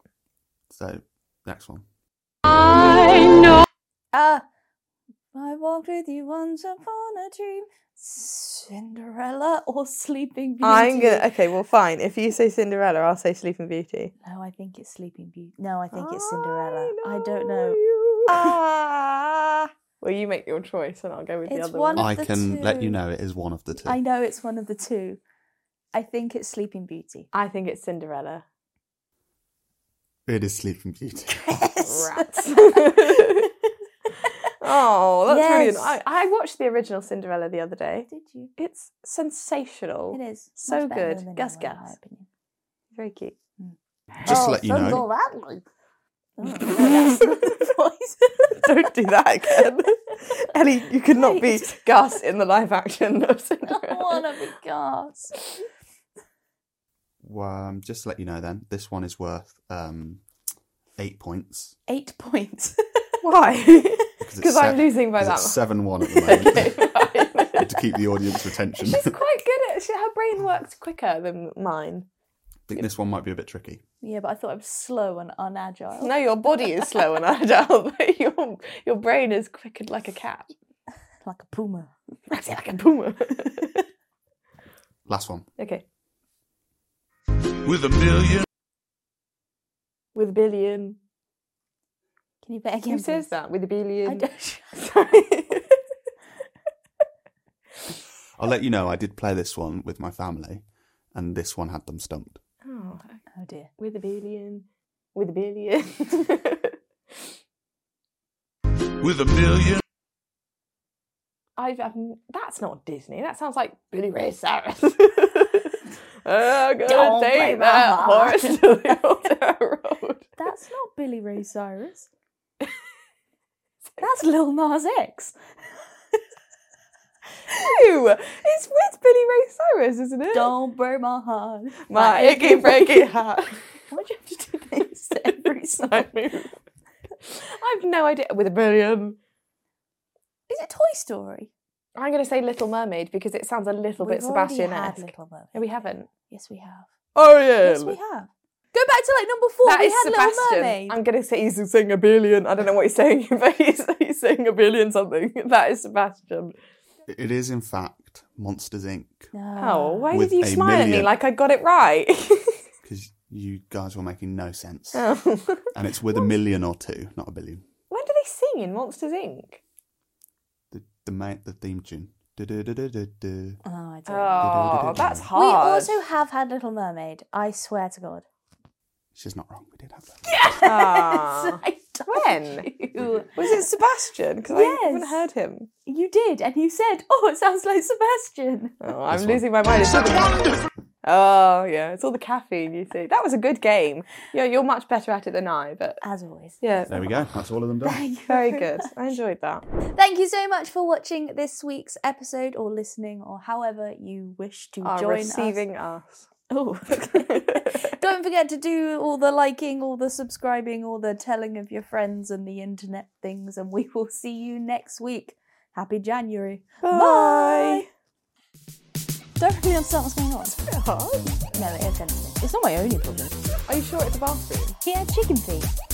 [SPEAKER 4] So next one.
[SPEAKER 1] Ah.
[SPEAKER 7] Uh, I walked with you once upon a dream. Cinderella or Sleeping Beauty?
[SPEAKER 2] I'm gonna. Okay. Well, fine. If you say Cinderella, I'll say Sleeping Beauty.
[SPEAKER 1] No, I think it's Sleeping Beauty. No, I think it's Cinderella. I, don't know.
[SPEAKER 2] Ah. Well, you make your choice, and I'll go with the
[SPEAKER 1] It's
[SPEAKER 2] other
[SPEAKER 1] one
[SPEAKER 2] one.
[SPEAKER 1] of
[SPEAKER 4] I
[SPEAKER 1] the
[SPEAKER 4] can let you
[SPEAKER 1] two.
[SPEAKER 4] know it is one of the two.
[SPEAKER 1] I know it's one of the two. I think it's Sleeping Beauty.
[SPEAKER 2] I think it's Cinderella.
[SPEAKER 4] It is Sleeping Beauty.
[SPEAKER 2] Rats. oh, that's brilliant. I,
[SPEAKER 1] Yes.
[SPEAKER 2] I watched the original Cinderella the other day.
[SPEAKER 1] Did you?
[SPEAKER 2] It's sensational.
[SPEAKER 1] It is
[SPEAKER 2] So
[SPEAKER 1] much better
[SPEAKER 2] good.
[SPEAKER 1] than the
[SPEAKER 2] Gus,
[SPEAKER 1] original, in my
[SPEAKER 2] Gus. Oh,
[SPEAKER 1] opinion.
[SPEAKER 2] Very cute.
[SPEAKER 4] Just to let you know.
[SPEAKER 2] Don't do that again. Ellie, you could not be Gus in the live action of
[SPEAKER 1] I
[SPEAKER 2] Cinderella.
[SPEAKER 1] want to be Gus.
[SPEAKER 4] Well, um, just to let you know, then this one is worth um, eight points
[SPEAKER 1] Eight points.
[SPEAKER 2] Why?
[SPEAKER 4] because it's
[SPEAKER 2] Because I'm
[SPEAKER 4] se-
[SPEAKER 2] losing by
[SPEAKER 4] 'cause
[SPEAKER 2] that
[SPEAKER 4] it's seven one at the
[SPEAKER 2] much.
[SPEAKER 4] moment
[SPEAKER 2] Okay, fine.
[SPEAKER 4] to keep the audience retention.
[SPEAKER 2] She's
[SPEAKER 4] I
[SPEAKER 2] quite good at she, her brain works quicker than mine.
[SPEAKER 4] think this one might be a bit tricky.
[SPEAKER 1] yeah, but I thought I was slow and unagile.
[SPEAKER 2] No, your body is slow and agile, but your your brain is quick and like a cat.
[SPEAKER 1] Like a puma.
[SPEAKER 2] Ratty like a puma.
[SPEAKER 4] Last one.
[SPEAKER 2] okay.
[SPEAKER 8] With a million.
[SPEAKER 2] With a billion.
[SPEAKER 1] Can you bet again?
[SPEAKER 2] Who says
[SPEAKER 1] please?
[SPEAKER 2] that? Um, With a billion.
[SPEAKER 1] I don't.
[SPEAKER 2] Sorry.
[SPEAKER 4] I'll let you know. I did play this one with my family, and this one had them stumped.
[SPEAKER 2] oh,
[SPEAKER 1] Oh dear.
[SPEAKER 2] with a billion. With a billion.
[SPEAKER 8] With a million.
[SPEAKER 2] I've, I've, that's not Disney. That sounds like Billy Ray Cyrus. I'm
[SPEAKER 1] Don't
[SPEAKER 2] gonna
[SPEAKER 1] play
[SPEAKER 2] take
[SPEAKER 1] my
[SPEAKER 2] that
[SPEAKER 1] heart.
[SPEAKER 2] horse to the old road.
[SPEAKER 1] That's not Billy Ray Cyrus. That's Lil Nas X.
[SPEAKER 2] Ew, it's with Billy Ray Cyrus, isn't it?
[SPEAKER 1] Don't break my heart.
[SPEAKER 2] My icky breaky hat.
[SPEAKER 1] Why'd you have to do this to every song?
[SPEAKER 2] I've no idea. With a billion.
[SPEAKER 7] Is it Toy Story?
[SPEAKER 2] I'm going to say Little Mermaid because it sounds a little bit
[SPEAKER 1] We've already
[SPEAKER 2] Sebastian
[SPEAKER 1] had
[SPEAKER 2] esque.
[SPEAKER 1] Little Mermaid.
[SPEAKER 2] No, we haven't.
[SPEAKER 1] Yes, we have.
[SPEAKER 2] Oh, yeah.
[SPEAKER 1] Yes, we have. Go back to like number four.
[SPEAKER 2] That
[SPEAKER 1] we
[SPEAKER 2] is
[SPEAKER 1] had Little
[SPEAKER 2] Sebastian.
[SPEAKER 1] Mermaid.
[SPEAKER 2] I'm going to say he's saying a billion. I don't know what he's saying, but he's, he's saying a billion something. That is Sebastian.
[SPEAKER 4] It is, in fact, Monsters Inc.
[SPEAKER 2] Oh, why
[SPEAKER 4] With
[SPEAKER 2] did you
[SPEAKER 4] a
[SPEAKER 2] smile at me
[SPEAKER 4] million.
[SPEAKER 2] like I got it right?
[SPEAKER 4] Because you guys were making no sense,
[SPEAKER 2] Oh. when do
[SPEAKER 4] and it's with a million or two, not a billion.
[SPEAKER 2] they sing in Monsters Inc?
[SPEAKER 4] The the, main, the theme tune. Du-du-du-du-du-du.
[SPEAKER 1] Oh, I don't. know.
[SPEAKER 9] Oh, that's
[SPEAKER 4] We
[SPEAKER 9] hard.
[SPEAKER 1] we also have had Little Mermaid. I swear to God.
[SPEAKER 4] She's not wrong. We did have that.
[SPEAKER 9] Ah.
[SPEAKER 10] I told
[SPEAKER 9] When?
[SPEAKER 10] You.
[SPEAKER 2] Was it Sebastian? Because I haven't
[SPEAKER 10] Yes.
[SPEAKER 2] heard him.
[SPEAKER 10] You did, and you said, "Oh, it sounds like Sebastian."
[SPEAKER 2] Oh, I'm
[SPEAKER 4] This one.
[SPEAKER 2] losing my mind. It's all the- oh yeah, it's all the caffeine you see. That was a good game. Yeah, you're much better at it than I, but
[SPEAKER 1] As always.
[SPEAKER 2] yeah,
[SPEAKER 4] There we go. That's all of them done.
[SPEAKER 2] very good. I enjoyed that.
[SPEAKER 1] Thank you so much for watching this week's episode or listening or however you wish to
[SPEAKER 2] Are
[SPEAKER 1] join us.
[SPEAKER 2] receiving us.
[SPEAKER 1] Oh. Don't forget to do all the liking, all the subscribing, all the telling of your friends and the internet things and we will see you next week. Happy January.
[SPEAKER 2] Bye.
[SPEAKER 1] Don't really understand what's going on. It's pretty hard. No, it is anything. It's not my only problem.
[SPEAKER 2] Are you sure it's a bathroom?
[SPEAKER 1] Yeah, chicken feet.